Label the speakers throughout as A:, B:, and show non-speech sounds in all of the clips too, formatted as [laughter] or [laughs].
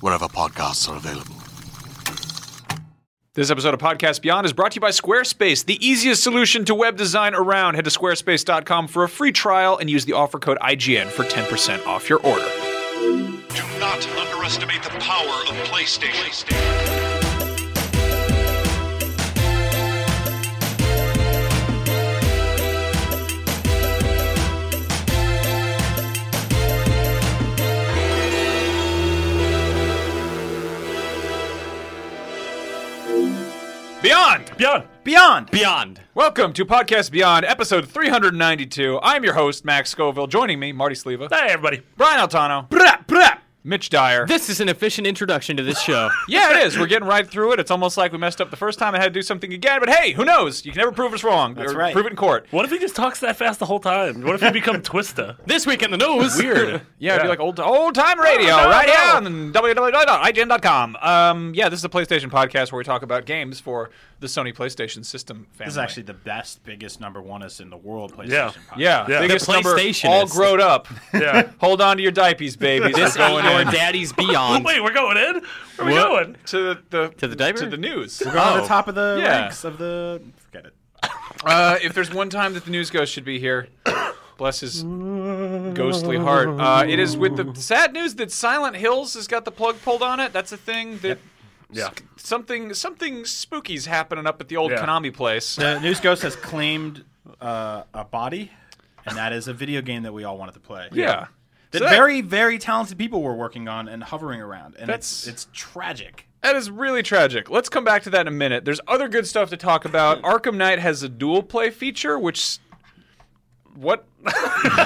A: wherever podcasts are available.
B: This episode of Podcast Beyond is brought to you by Squarespace, the easiest solution to web design around. Head to squarespace.com for a free trial and use the offer code IGN for 10% off your order.
C: Do not underestimate the power of PlayStation.
B: Beyond!
D: Beyond.
B: Beyond!
D: Beyond.
B: Welcome to Podcast Beyond, episode 392. I'm your host, Max Scoville. Joining me, Marty Sleva,
D: Hey, everybody.
B: Brian Altano, Mitch Dyer.
E: This is an efficient introduction to this show.
B: yeah, it is. We're getting right through it. It's almost like we messed up the first time I had to do something again, but hey, who knows? You can never prove us wrong. That's
F: right.
B: Prove it in court.
D: What if he just talks that fast the whole time? What if he become Twista?
E: this week in the news. Weird.
B: Yeah, it'd be like old old time radio,
D: no,
B: right
D: no.
B: here on www.ign.com. Um, yeah, this is a PlayStation podcast where we talk about games for the Sony PlayStation system family.
F: This is actually the best, biggest number one is in the world PlayStation.
D: Yeah.
F: podcast.
B: yeah,
D: Yeah.
B: biggest
E: The
B: number
E: PlayStation
B: all
E: is-
B: grown up.
D: [laughs] Yeah.
B: Hold on to your diapies, babies.
E: This
B: We're going
E: ain't your
B: in
E: daddy's beyond.
D: Oh, Wait, we're going in? Where are we
E: What?
D: going?
B: [laughs] to the,
E: To the diaper?
B: to the news.
F: We're on the top of the
B: Yeah.
F: ranks of the. Forget it.
B: Uh, if there's one time that the news ghost should be here, bless his ghostly heart. Uh, it is with the sad news that Silent Hills has got the plug pulled on it. That's a thing that.
D: Yeah.
B: Something something spooky's happening up at the old
D: Yeah.
B: Konami place.
F: The News Ghost [laughs] has claimed uh, a body, and that is a video game that we all wanted to play.
B: Yeah.
F: That,
B: So that-
F: very, very talented people were working on and hovering around, and it's
B: That's-
F: it's tragic.
B: That is really tragic. Let's come back to that in a minute. There's other good stuff to talk
D: [laughs]
B: about. Arkham Knight has a dual play feature, which
D: [laughs]
B: what [laughs]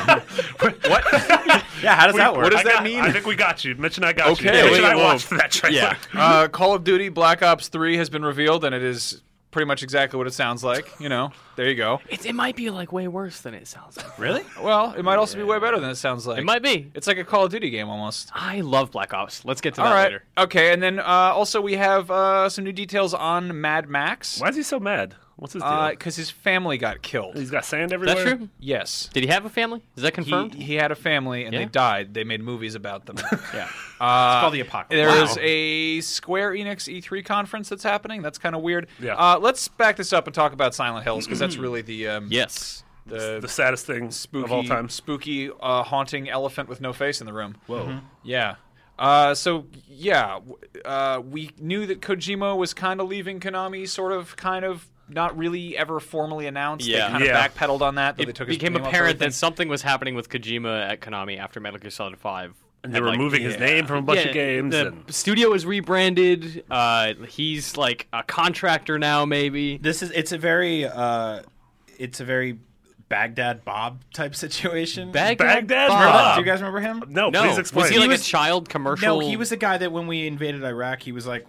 B: what
F: Yeah, how does that work?
B: what does
D: I
B: that
D: got-
B: mean?
D: I think we got you. Mitch and I got you.
B: Okay.
D: Mitch and I
B: Whoa.
D: watched that trailer. [laughs]
B: Yeah. uh, Call of Duty Black Ops 3 has been revealed, and it is pretty much exactly what it sounds like. You know, there you go.
E: It, it might be like way worse than it sounds. Like.
F: really?
B: Well, it might also be way better than it sounds like.
E: It might be.
B: It's like a Call of Duty game almost.
E: I love Black Ops. Let's get to that
B: All right.
E: later.
B: Okay, and then uh, also we have uh, some new details on Mad Max.
D: Why is he so mad? What's his deal?
B: Because his family got killed.
D: He's got sand everywhere.
E: That's true.
B: Yes.
E: Did he have a family? Is that
B: He,
E: confirmed?
B: he had a family and they
E: Yeah.
B: died. They made movies about
E: [laughs]
B: them. Uh,
F: Yeah. it's called the apocalypse.
B: There is a Square Enix E3 conference that's happening. That's kind of weird.
D: Yeah.
B: Uh, let's back this up and talk about Silent Hills because
E: [clears throat]
B: that's really the um,
E: yes.
B: the,
D: The saddest thing
B: spooky
D: of all time.
B: spooky uh, haunting elephant with no face in the room. Whoa.
D: Mm-hmm.
B: Yeah. Uh, so yeah, w- uh, we knew that Kojima was kind of leaving Konami, sort of, kind of, not really ever formally announced.
E: Yeah.
B: They kind of
D: Yeah.
B: backpedaled on that. though they
E: It
B: took his
E: became
B: name off
E: apparent
B: everything.
E: that something was happening with Kojima at Konami after Metal Gear Solid 5.
D: And they were moving his name from a bunch of games.
E: The
D: and
E: studio was rebranded. Uh, he's like a contractor now, maybe.
F: This is it's a very uh, it's a very Baghdad Bob type situation.
D: Baghdad
F: Remember that?
D: Bob.
F: Do you guys remember him?
D: no,
E: No.
D: please explain.
E: Was he like
F: was-
E: a child commercial?
F: No, he was the guy that when we invaded Iraq, he was like,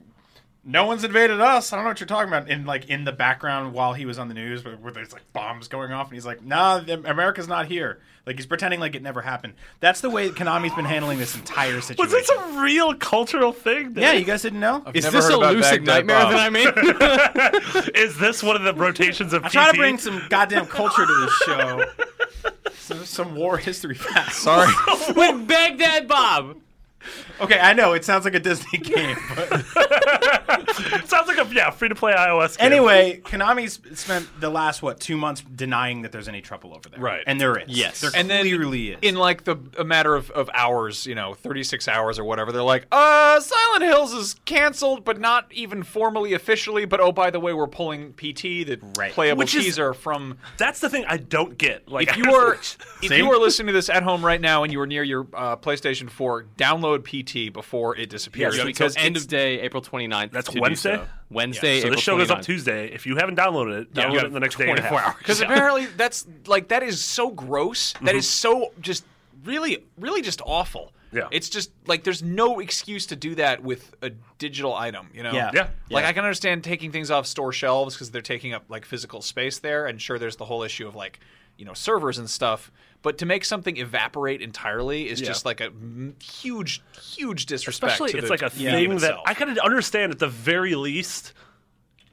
F: "No one's invaded us." I don't know what you're talking about. And like in the background while he was on the news, where where there's like bombs going off, and he's like, "Nah, the- America's not here." Like he's pretending like it never happened. That's the way Konami's been handling this entire situation.
D: [laughs] was this a real cultural thing?
F: yeah, you guys didn't know.
E: Is
B: Never
E: this
B: heard
E: a
B: about
E: lucid
B: Baghdad
E: nightmare
B: Bob.
E: that I
D: [laughs]
E: made?
D: Is this one of the rotations of
F: I'm trying
D: PT?
F: to bring some goddamn culture to this show. [laughs] some, some war history facts.
B: Sorry.
D: [laughs]
E: with Baghdad Bob.
F: [laughs] Okay, I know it sounds like a Disney game, but
D: [laughs] Sounds like a yeah free to play iOS game.
F: Anyway, Konami's spent the last what two months denying that there's any trouble over there,
D: Right.
F: And there is.
E: Yes.
F: there
B: And then
F: clearly is.
B: in like the a matter of, of hours, you know, 36 hours or whatever, they're like, uh, Silent Hills is canceled, but not even formally officially. But oh, by the way, we're pulling PT, the
F: Right.
B: playable
D: Which is-
B: teaser from.
D: that's the thing I don't get. Like
B: If you
D: [laughs]
B: are if
F: See?
B: you are listening to this at home right now and you are near your uh, PlayStation 4, download PT before it disappears
D: Yes,
B: because
E: end
B: it's-
E: of day, April 29th.
D: That's
E: to do
D: Wednesday?
E: so. Wednesday,
D: so
E: April
D: this show
E: 29th.
D: goes up Tuesday. If you haven't downloaded it, download
E: you
D: it
E: have
D: in the next day and a [laughs]
E: 24
D: half.
B: Because apparently that's like that is so gross. That is so just really, really just awful.
D: Yeah.
B: It's just like there's no excuse to do that with a digital item. You know.
F: Yeah.
D: Yeah.
B: Like I can understand taking things off store shelves because they're taking up like physical space there, and sure, there's the whole issue of like you know servers and stuff. But to make something evaporate entirely is just like a m- huge, huge disrespect.
D: Especially,
B: to
D: it's
B: the
D: like a
B: game
D: thing that
B: itself.
D: I can understand at the very least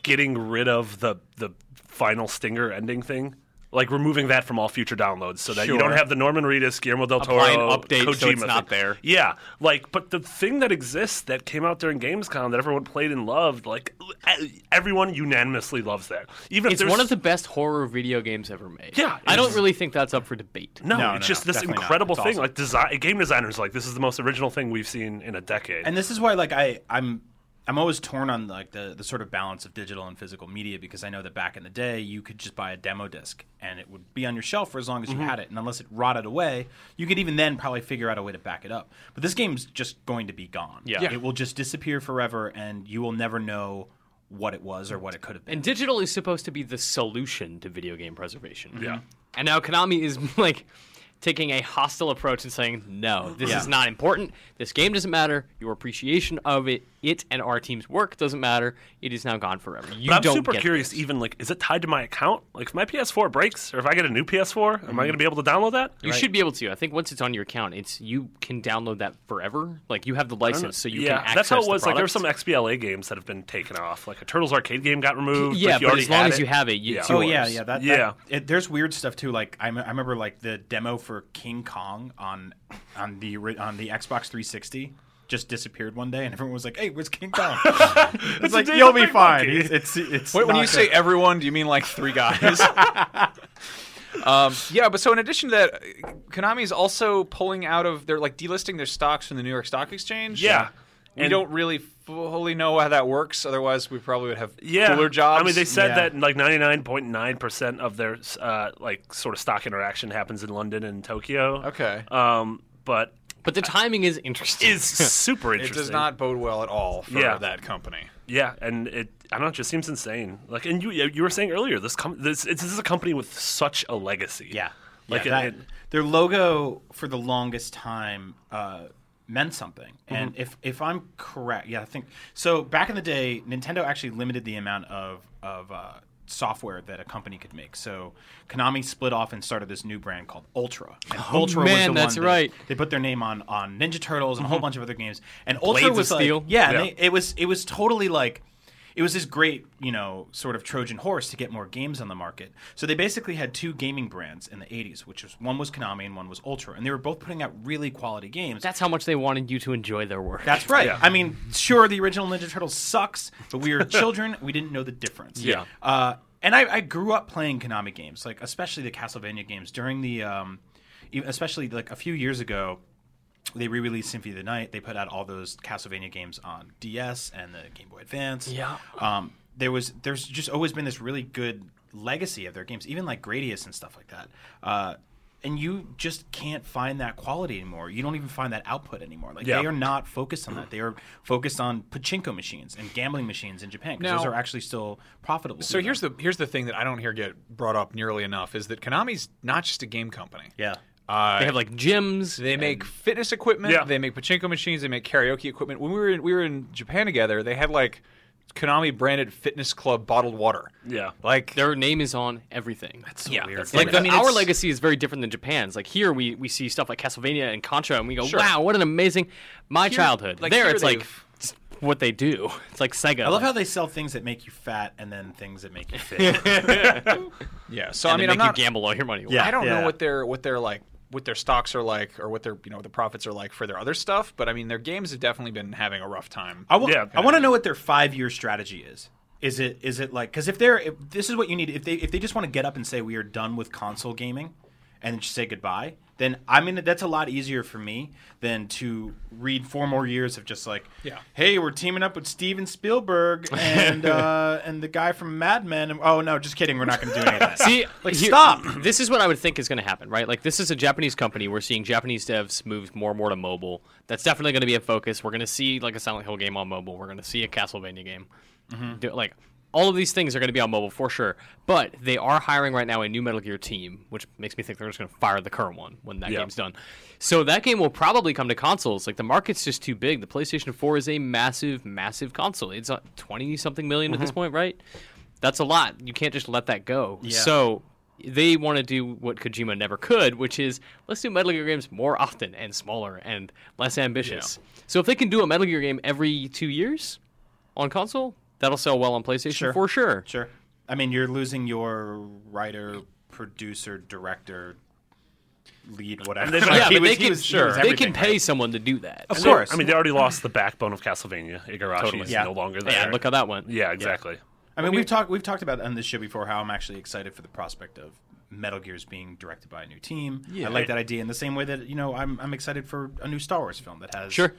D: getting rid of the the final stinger ending thing. Like removing that from all future downloads, so that you don't
E: Sure.
D: have the Norman Reedus, Guillermo del Toro
E: Apply an update so
D: Kojima
E: it's not
D: thing.
E: there.
D: Yeah, like, but the thing that exists that came out during Gamescom that everyone played and loved, like, e- everyone unanimously loves that. Even if
E: It's
D: there's-
E: one of the best horror video games ever made.
D: Yeah,
E: I don't
D: it's-
E: really think that's up for debate.
D: No,
F: No,
D: it's
F: no,
D: just
F: no,
D: this
F: definitely not.
D: incredible
F: It's
D: thing.
F: awesome.
D: Like design, game designers, are like this is the most original thing we've seen in a decade.
F: and this is why like I I'm I'm always torn on like the the sort of balance of digital and physical media because I know that back in the day you could just buy a demo disc and it would be on your shelf for as long as you had it and unless it rotted away you could even then probably figure out a way to back it up but this game's just going to be gone
E: Yeah. Yeah.
F: it will just disappear forever and you will never know what it was or what it could have been
E: And digital is supposed to be the solution to video game preservation. Yeah. Mm-hmm. And now Konami is [laughs] like taking a hostile approach and saying, "No, this
F: Yeah.
E: is not important. This game doesn't matter. Your appreciation of it, it and our team's work doesn't matter. It is now gone forever." You
D: but I'm
E: don't
D: super
E: get
D: curious.
E: this.
D: Even like, is it tied to my account? Like, if my PS4 breaks, or if I get a new PS4, am I going to be able to download that?
E: Mm-hmm. You should be able to. I think once it's on your account, it's you can download that forever. Like you have the license, so you
D: yeah,
E: can access.
D: that's how it
E: the
D: was. like, there were some
E: product.
D: XBLA games that have been taken off. Like a Turtles arcade game got removed.
E: Yeah,
D: if you
E: but
D: already
E: as long
D: had
E: as you have it, you-
D: yeah.
E: it's
F: Oh
E: yours.
F: yeah, yeah, that,
D: Yeah.
F: yeah. it, there's weird stuff too. Like I, me- I remember like the demo for King Kong on on the ori- on the Xbox 360 just disappeared one day, and everyone was like, "Hey, where's King Kong?" it's, like
D: David
F: you'll be
D: Big
F: fine.
D: Monkey.
F: It's it's, it's
B: Wait, when
F: not
B: you say
F: good.
B: everyone, do you mean like three
D: [laughs]
B: guys? um, yeah, but so in addition to that, Konami is also pulling out of they're like delisting their stocks from the New York Stock Exchange.
D: Yeah.
B: we
D: And-
B: don't really fully know how that works. Otherwise, we probably would have
D: yeah.
B: cooler jobs.
D: I mean, they said
F: Yeah.
D: that like 99.9 percent of their uh, like sort of stock interaction happens in London and Tokyo.
B: okay.
D: Um, but
E: But the timing is interesting. [laughs]
D: is super
B: it
D: interesting.
B: does not bode well at all for
D: Yeah.
B: that company.
D: Yeah, and it I don't know, it just seems insane. Like, and you you were saying earlier, this com- this, it's, this is a company with such a legacy.
F: yeah,
D: like
F: Yeah,
D: it,
F: that- their logo for the longest time uh, meant something.
E: Mm-hmm.
F: And if if I'm correct, yeah, I think so. Back in the day, Nintendo actually limited the amount of of uh, software that a company could make. So Konami split off and started this new brand called Ultra. And Ultra
E: Oh, man, that's
F: that-
E: right. Mm-hmm.
F: They put their name on on Ninja Turtles and a whole bunch of other games. And Ultra
E: Blades of
F: was like,
E: Steel.
F: yeah, and
D: Yeah.
F: They, it was it was totally like it was this great you know sort of Trojan horse to get more games on the market. So they basically had two gaming brands in the '80s, which was one was Konami and one was Ultra, and they were both putting out really quality games.
E: that's how much they wanted you to enjoy their work.
F: That's right. I mean, sure, the original Ninja Turtles sucks, but
D: [laughs]
F: we were children. we didn't know the difference.
D: Yeah.
F: Uh, and I, I grew up playing Konami games, like especially the Castlevania games. During the, um, e- especially like a few years ago, they re-released Symphony of the Night. They put out all those Castlevania games on DS and the Game Boy Advance.
E: Yeah.
F: Um, there was there's just always been this really good legacy of their games, even like Gradius and stuff like that. Uh, and you just can't find that quality anymore. You don't even find that output anymore. Like
D: Yeah.
F: they are not focused on that. They are focused on pachinko machines and gambling machines in Japan because
B: Now-
F: those are actually still profitable.
B: So here's the here's the thing that I don't hear get brought up nearly enough is that Konami's not just a game company.
F: yeah.
E: they have like gyms.
B: They make fitness equipment.
D: Yeah.
B: They make pachinko machines. They make karaoke equipment. When we were in, we were in Japan together, they had like Konami branded fitness club bottled water.
D: yeah.
B: Like
E: Their name is on everything. That's
D: yeah, weird.
E: like the-
B: I mean,
E: our
B: it's-
E: legacy is very different than Japan's. Like here, we we see stuff like Castlevania and Contra, and we go,
B: Sure.
E: "Wow, what an amazing my
B: Here-
E: childhood."
B: like,
E: there,
B: here
E: it's like
B: they've-
E: it's what they do. It's like Sega.
F: I love how they sell things that make you fat and then things that [laughs] make you fit.
B: yeah, so I
E: they
B: mean,
E: make
B: I'm not.
E: you gamble all your money. away.
F: Yeah.
B: I don't
F: Yeah.
B: know what their what their like what their stocks are like or what their you know the profits are like for their other stuff. But I mean, their games have definitely been having a rough time.
F: I want.
D: Yeah.
F: I want to know what their five year strategy is. Is it is it like because if they're if, this is what you need if they if they just want to get up and say we are done with console gaming, and just say goodbye, then I mean that's a lot easier for me than to read four more years of just like
B: Yeah.
F: hey we're teaming up with Steven [laughs] Spielberg and uh, and the guy from Mad Men and, oh no just kidding we're not going to do any of [laughs] that
E: See,
F: like
E: here-
F: stop
E: [clears throat] This is what I would think is going to happen, right? Like, this is a Japanese company. We're seeing Japanese devs move more and more to mobile. That's definitely going to be a focus. We're going to see like a Silent Hill game on mobile. We're going to see a Castlevania game.
F: Mm-hmm.
E: Do- Like, all of these things are going to be on mobile for sure. But they are hiring right now a new Metal Gear team, which makes me think they're just going to fire the current one when that
D: Yeah.
E: game's done. So that game will probably come to consoles. Like, the market's just too big. The PlayStation 4 is a massive, massive console. It's uh, 20 something 1000000 at this
F: Mm-hmm.
E: point, right? That's a lot. You can't just let that go. So they want to do what Kojima never could, which is let's do Metal Gear games more often and smaller and less ambitious. So if they can do a Metal Gear game every two years on console, that'll sell well on PlayStation
F: Sure.
E: for sure.
F: sure I mean you're losing your writer producer director lead whatever [laughs]
D: they-
F: Like,
D: Yeah,
F: he
E: but
F: was-
E: they
F: he
E: can-
F: was- he was
E: They can
F: everything,
E: pay
F: right?
E: someone to do that.
F: of course
D: I mean, they already lost the backbone of Castlevania. Igarashi is
F: Yeah.
D: no longer there.
E: yeah, look how that went.
D: Yeah, exactly.
F: I mean, we've talked we've talked about on this show before how I'm actually excited for the prospect of Metal Gear's being directed by a new team. I like that idea in the same way that you know I'm I'm excited for a new Star Wars film that has
E: Sure.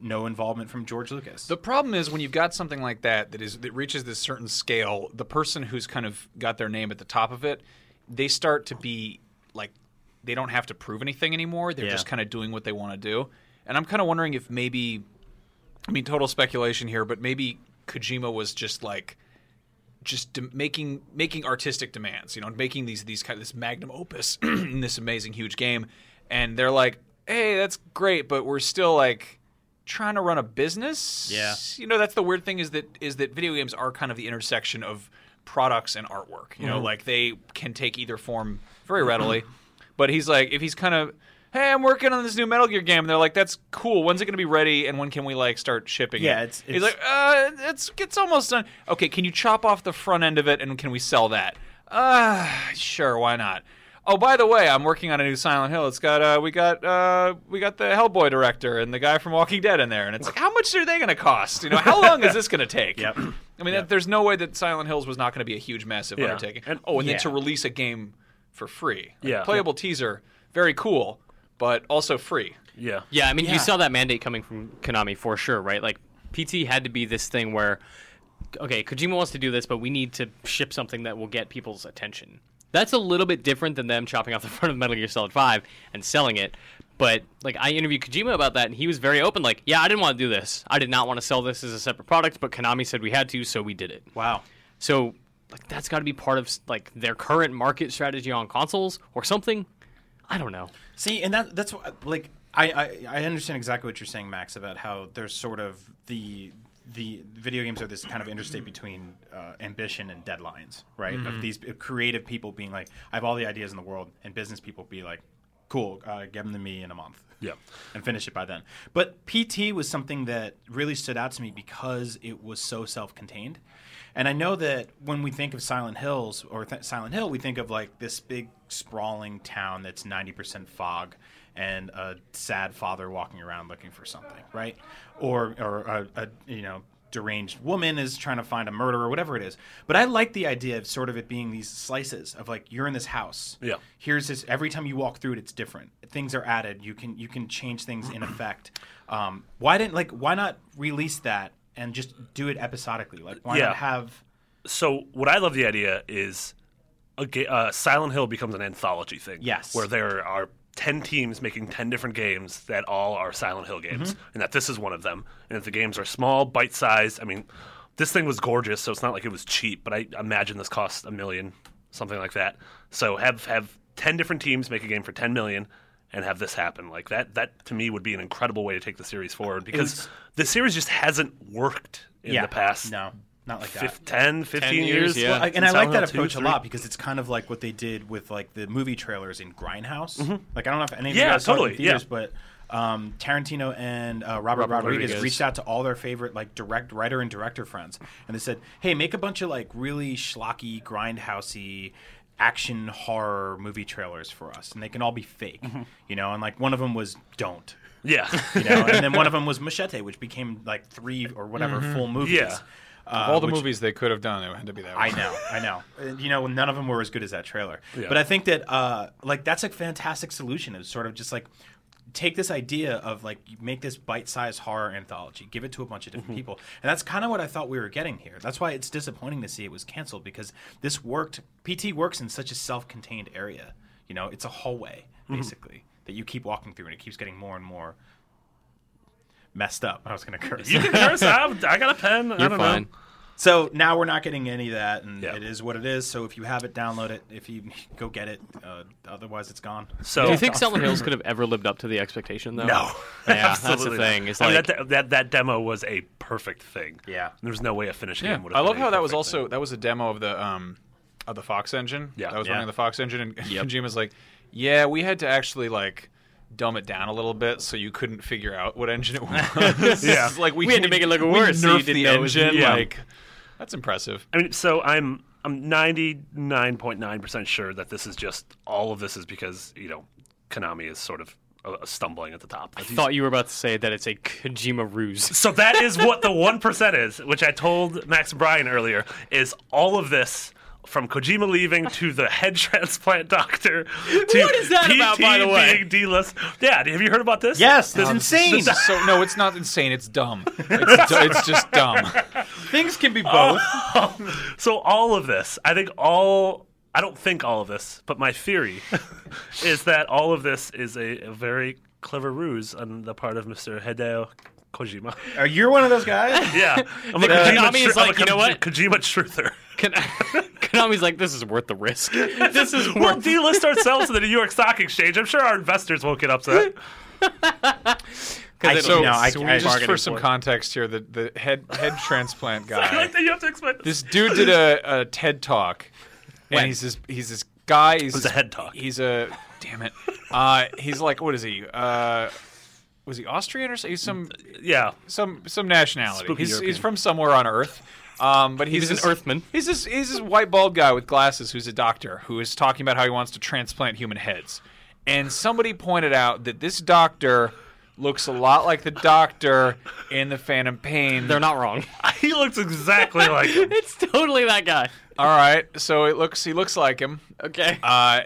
F: no involvement from George Lucas.
B: The problem is when you've got something like that that is that reaches this certain scale, the person who's kind of got their name at the top of it, they start to be like they don't have to prove anything anymore. They're
F: Yeah.
B: just kind of doing what they want to do. And I'm kind of wondering if maybe I mean total speculation here, but maybe Kojima was just like just de- making making artistic demands, you know, making these these kind of this magnum opus [clears throat] in this amazing huge game, and they're like, hey, that's great, but we're still like trying to run a business.
F: Yeah.
B: you know, that's the weird thing is that is that video games are kind of the intersection of products and artwork. You
F: Mm-hmm.
B: know, like they can take either form very readily. but he's like, if he's kind of Hey, I'm working on this new Metal Gear game. And they're like, "That's cool. When's it going to be ready? And when can we like start shipping?"
F: Yeah,
B: it?"
F: it's-
B: he's
F: it's-
B: like, uh, it's it's almost done. Okay, can you chop off the front end of it and can we sell that? Uh, sure, why not? Oh, by the way, I'm working on a new Silent Hill. It's got uh, we got uh, we got the Hellboy director and the guy from Walking Dead in there, and it's like, how much are they going to cost? You know, how long is this going to take?
F: Yep.
B: I mean, that there's no way that Silent Hills was not going to be a huge, massive
D: Yeah.
B: undertaking.
D: And-
B: oh, and
F: Yeah.
B: then to release a game for free, Like,
D: Yeah.
B: playable teaser, very cool, but also free.
D: Yeah.
E: Yeah, I mean, you saw that mandate coming from Konami for sure, right? Like, PT had to be this thing where, okay, Kojima wants to do this, but we need to ship something that will get people's attention. That's a little bit different than them chopping off the [laughs] front of Metal Gear Solid 5 and selling it. But, like, I interviewed Kojima about that, and he was very open, like, yeah, I didn't want to do this. I did not want to sell this as a separate product, but Konami said we had to, so we did it.
F: wow.
E: So, like, that's got to be part of, like, their current market strategy on consoles or something. I don't know.
F: See, and that that's what, like I, I I understand exactly what you're saying, Max, about how there's sort of the the video games are this kind of interstate between uh, ambition and deadlines, right? Of these uh, creative people being like, I have all the ideas in the world, and business people be like, cool, uh, give them to me in a month.
D: Yeah.
F: And finish it by then. But PT was something that really stood out to me because it was so self contained. And I know that when we think of Silent Hills or th- Silent Hill, we think of like this big sprawling town that's 90% fog and a sad father walking around looking for something, right? Or, or a, a you know, deranged woman is trying to find a murderer, whatever it is. But I like the idea of sort of it being these slices of like you're in this house.
D: Yeah.
F: Here's this. Every time you walk through it, it's different. Things are added. You can you can change things in effect. Um, why didn't like why not release that and just do it episodically? Like why
D: Yeah.
F: not have
D: So what I love the idea is a ga- uh, Silent Hill becomes an anthology thing.
F: Yes.
D: Where there are 10 teams making 10 different games that all are Silent Hill games
F: Mm-hmm.
D: and that this is one of them and that the games are small, bite-sized. I mean, this thing was gorgeous, so it's not like it was cheap, but I imagine this cost a million, something like that. So have have 10 different teams make a game for 10 million and have this happen. Like that that to me would be an incredible way to take the series forward because the series just hasn't worked in
F: yeah
D: the past
F: No, not like that.
D: fif- 10, 15
E: years,
D: years.
E: yeah.
F: Well, I- and I like
D: Since Silent
F: that
D: Hill 2,
F: approach a
D: 3.
F: lot because it's kind of like what they did with like the movie trailers in Grindhouse. Like I don't know if any of you
D: Mm-hmm. Yeah,
F: guys saw it in
D: totally,
F: theaters,
D: yeah.
F: but um, Tarantino and uh, Robert, Rodriguez,
E: Rodriguez.
F: reached out to all their favorite like direct writer and director friends, and they said, "Hey, make a bunch of like really schlocky, grindhousey." action horror movie trailers for us, and they can all be fake,
D: Mm-hmm.
F: you know. And like one of them was "Don't,"
D: [laughs] Yeah.
F: you know, and then one of them was "Machete," which became like three or whatever full movies.
D: Mm-hmm. Yeah.
F: Uh,
B: All the
F: which-
B: movies they could have done, it had to be that.
F: I
B: one.
F: know, I [laughs] know. Uh, You know, none of them were as good as that trailer.
D: Yeah.
F: But I think that uh, like that's a fantastic solution. Is sort of just like take this idea of like you make this bite-sized horror anthology, give it to a bunch of different people, and that's kind of what I thought we were getting here. That's why it's disappointing to see it was canceled because this worked. PT works in such a self-contained area. You know, it's a hallway basically that you keep walking through, and it keeps getting more and more messed up. I was [laughs] gonna curse.
D: You can curse. I've, I got a pen. I
E: You're
D: don't
E: fine.
D: know.
F: So now we're not getting any of that, and
D: Yeah.
F: it is what it is. So if you have it, download it. If you [laughs] go get it, uh, otherwise it's gone.
D: So
E: Do you think Silent [laughs] Hills could have ever lived up to the expectation, though?
D: No.
E: [laughs] Yeah, that's the
D: Absolutely not.
E: thing. It's
D: I mean,
E: like,
D: that, that that demo was a perfect thing.
F: Yeah.
D: There's no way a finished
B: Yeah,
D: game would
B: I
D: have
B: love
D: been a
B: how that was
D: perfect
B: also
D: thing.
B: that was a demo of the um of the Fox engine.
D: Yeah.
B: that was
F: Yeah.
B: running the Fox engine, and [laughs]
E: Yep.
B: Kojima's like, "Yeah, we had to actually like dumb it down a little bit so you couldn't figure out what engine it was.
D: Yeah.
B: [laughs] like we,
E: We had to make it look
B: we
E: worse so you
B: nerfed
E: didn't
B: the
E: know it was-
B: engine.
D: Yeah.
B: Like that's impressive.
D: I mean, so I'm I'm 99.9% sure that this is just all of this is because, you know, Konami is sort of uh, stumbling at the top.
E: I thought you were about to say that it's a Kojima ruse.
D: So that is what the 1% is, which I told Max Bryan earlier, is all of this from Kojima leaving to the head [laughs] transplant doctor to
E: What is that
D: PT
E: about, by the way?
D: being D-list. Yeah, have you heard about this? [laughs]
F: Yes, it's [laughs]
D: This-
F: insane.
D: this-
B: So no, it's not insane. It's dumb. It's, du- it's just dumb. Oh.
F: Things can be both.
D: Um, so all of this, I think all I don't think all of this, but my theory [laughs] is that all of this is a, a very clever ruse on the part of Mr. Hideo
E: [laughs]
D: Kojima.
F: Uh, you're one of those guys.
D: Yeah, I'm a
E: Konami is
D: I'm a
E: like, you know what?
D: Kojima truther.
E: [laughs] Kon- [laughs] Konami's like, this is worth the risk. [laughs] This is
D: We'll
E: worth
D: delist ourselves to the New York Stock Exchange. I'm sure our investors won't get upset.
F: I,
B: So,
F: no, I,
B: so
F: I,
B: just for
F: bargaining
B: some
F: for it.
B: context here, the the head head transplant
D: I
B: guy.
D: like that you have to explain this.
B: this dude did a, a TED talk,
E: When?
B: and he's this he's this guy. He's
D: was
B: this-
D: a head talk.
B: He's a damn it. Uh, he's like what is he? Uh, was he Austrian or so? He's some
D: Yeah,
B: some some nationality.
D: Spooky
B: He's, he's
D: European.
B: from somewhere on Earth. Um, but he's
E: was an
B: this-
E: Earthman.
B: He's this he's this white bald guy with glasses who's a doctor who is talking about how he wants to transplant human heads. And somebody pointed out that this doctor looks a lot like the doctor in the Phantom Pain.
E: They're not wrong.
D: he
F: [laughs]
D: looks exactly like him.
E: [laughs] it's totally that guy.
B: All right, so it looks he looks like him.
E: Okay.
B: Uh,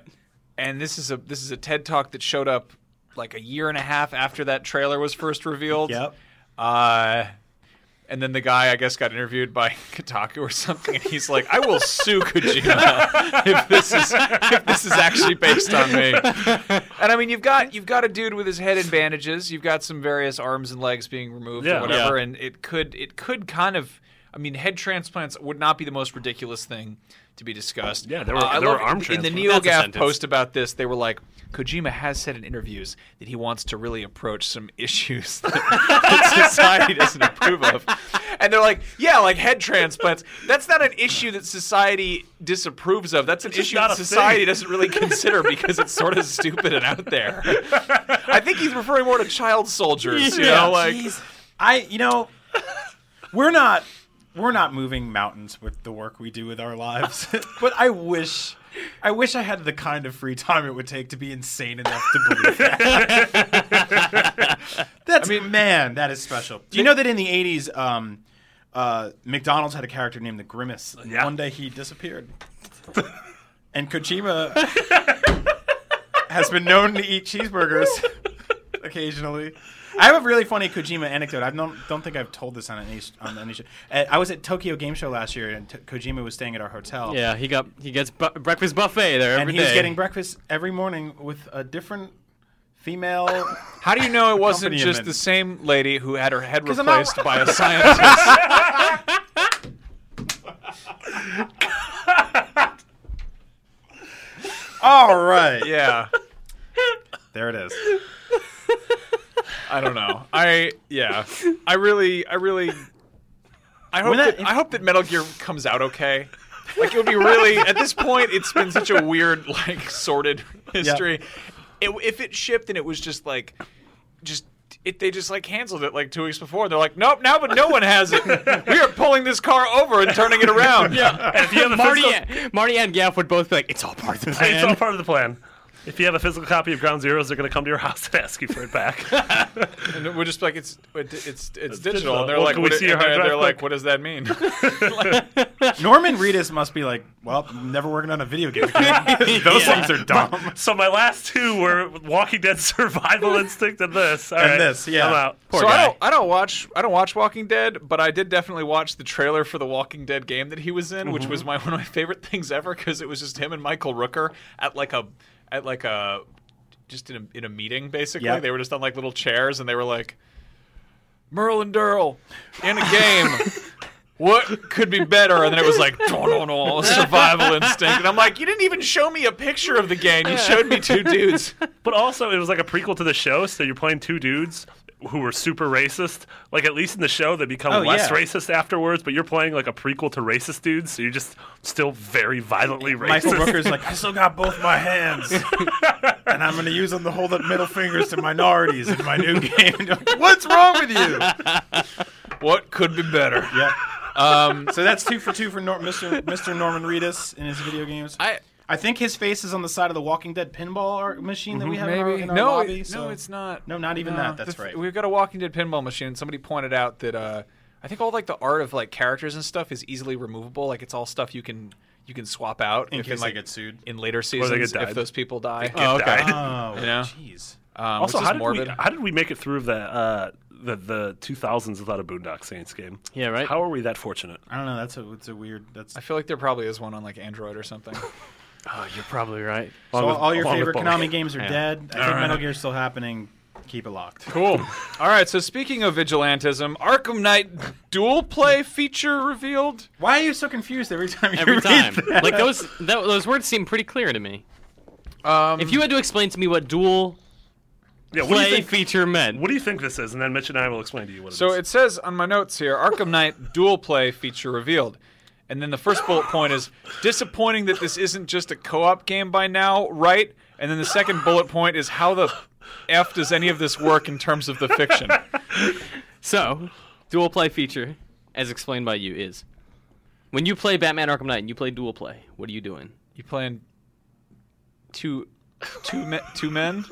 B: and this is a this is a TED talk that showed up like a year and a half after that trailer was first revealed.
F: [laughs] Yep.
B: Uh, and then the guy, I guess, got interviewed by [laughs] Kotaku or something, and he's like, "I will sue Kojima [laughs] if this is if this is actually based on me." And I mean, you've got you've got a dude with his head in bandages. You've got some various arms and legs being removed
D: Yeah.
B: or whatever,
E: Yeah.
B: and it could it could kind of. I mean, head transplants would not be the most ridiculous thing to be discussed. Uh,
D: Yeah, there were-
B: I
D: there were
B: love-
D: arm
B: In the
D: transplants.
E: That's a
B: NeoGAF
E: sentence.
B: post about this, they were like, Kojima has said in interviews that he wants to really approach some [laughs] issues that, that society doesn't approve of. And they're like, yeah, like head transplants. That's not an issue that society disapproves of. That's an
D: just
B: issue
D: not
B: that
D: a thing.
B: society doesn't really consider because it's sort of stupid and out
F: [laughs]
B: there. I think he's referring more to child soldiers, you
F: Yeah,
B: know, like
F: jeez. I, you know, we're not we're not moving mountains with the work we do with our lives. [laughs] but I wish I wish I had the kind of free time it would take to be insane enough to believe that. [laughs] That's man, that is special. Do you know that in the eighties, um, uh, McDonald's had a character named the Grimace.
D: Yeah.
F: One day he disappeared, and Kojima has been known to eat [laughs] cheeseburgers occasionally. I have a really funny Kojima anecdote. I don't, don't think I've told this on any on any show. Uh, I was at Tokyo Game Show last year, and T- Kojima was staying at our hotel.
E: Yeah, he got he gets bu- breakfast buffet there every
F: and he was getting
E: [laughs]
F: breakfast every morning with a different female. [laughs]
B: how do you know it wasn't
F: Company
B: just
F: amendment.
B: the same lady who had her head
F: 'Cause I'm not-
B: replaced by a scientist?
F: All right,
B: yeah.
F: there it is.
B: I don't know. I yeah. I really I really I hope
F: When
B: that,
F: that-
B: I hope that Metal Gear comes out okay. Like it would be really at this point it's been such a weird like sordid history. It, if it shipped and it was just like just it, they just like canceled it like two weeks before. They're like, nope, now but no one has it. we are pulling this car over and turning it around. Yeah,
D: If you have a
E: Marty,
D: physical,
E: Marty and Gaff would both be like, it's all part of the plan.
D: it's all part of the plan. If you have a physical copy of Ground Zeroes, they're going to come to your house and ask you for it back.
B: and we're just like it's it, it's it's digital.
D: digital.
B: And they're
D: Well,
B: like,
D: can we
B: what-
D: see your
B: and
D: hard
B: they're,
D: drive
B: they're like,
D: quick?
B: what does that mean?
F: Norman Reedus must be like, well, I'm never working on a video game. again." [laughs] Those things are [laughs] dumb.
D: so my last two were Walking Dead [laughs] Survival Instinct and this. All
F: And
D: right,
F: this, yeah.
D: I'm out.
B: so I don't I don't watch I don't watch Walking Dead, but I did definitely watch the trailer for the Walking Dead game that he was in, which was my [laughs] one of my favorite things ever because it was just him and Michael Rooker at like a at like a just in a in a meeting basically.
F: Yeah.
B: They were just on like little chairs and they were like Merlin Durl in a game. What could be better? And then it was like, no, no, no, survival instinct. And I'm like, you didn't even show me a picture of the game. You showed me two dudes.
D: But also, it was like a prequel to the show, so you're playing two dudes who were super racist. Like at least in the show, they become
F: Oh,
D: less
F: yeah.
D: racist afterwards. But you're playing like a prequel to racist dudes, so you're just still very violently racist.
F: Michael Rooker's like, I still got both my hands, [laughs] and I'm going to use them to hold up middle fingers to minorities in my [laughs] new game. You're like, What's wrong with you?
B: What could be better?
F: [laughs] Yeah. Um, so that's two for two for Nor- Mr. Mr. Norman Reedus in his video games.
B: I
F: I think his face is on the side of the Walking Dead pinball ar- machine that we have in our, in our
B: Mm-hmm. no,
F: lobby.
B: it-
F: so-
B: no, it's not.
F: No, not even that. Ah, That's
B: The-
F: right.
B: We've got a Walking Dead pinball machine, and somebody pointed out that uh, I think all like the art of like characters and stuff is easily removable. Like it's all stuff you can you can swap out
F: In
B: if
F: case
B: in,
F: they
B: like
F: get sued.
B: in later
D: they get
B: seasons if
D: died.
B: those people die.
D: Get
B: Oh,
D: died.
F: Oh,
B: know?
F: jeez.
B: um,
D: Also,
B: which
D: how
B: is
D: did
B: morbid.
D: we how did we make it through the uh, the the 2000s without a Boondock Saints game?
E: Yeah, right.
D: How are we that fortunate?
F: I don't know. That's a, it's a weird. That's
B: I feel like there probably is one on like Android or something.
E: You're probably right.
F: so
D: with-
F: all your
D: along with
F: favorite
D: both.
F: Konami games are dead. I think Metal Gear's still happening. Keep it locked.
B: cool. all right. So speaking of vigilantism, Arkham Knight dual play feature revealed.
F: Why are you so confused every time? You
E: Every
F: read
E: time,
F: that?
E: [laughs] like uh, those that, those words seem pretty clear to me.
B: Um,
E: If you had to explain to me what dual
D: Yeah, what do, you
E: play
D: think,
E: feature meant,
D: what do you think this is? And then Mitch and I will explain to you what it is.
B: So it says on my notes here Arkham Knight dual play feature revealed. And then the first bullet point is disappointing that this isn't just a co op game by now, right? And then the second bullet point is how the F does any of this work in terms of the fiction?
E: So, dual play feature, as explained by you, is when you play Batman Arkham Knight and you play dual play, what are you doing?
B: You playing two two men two men?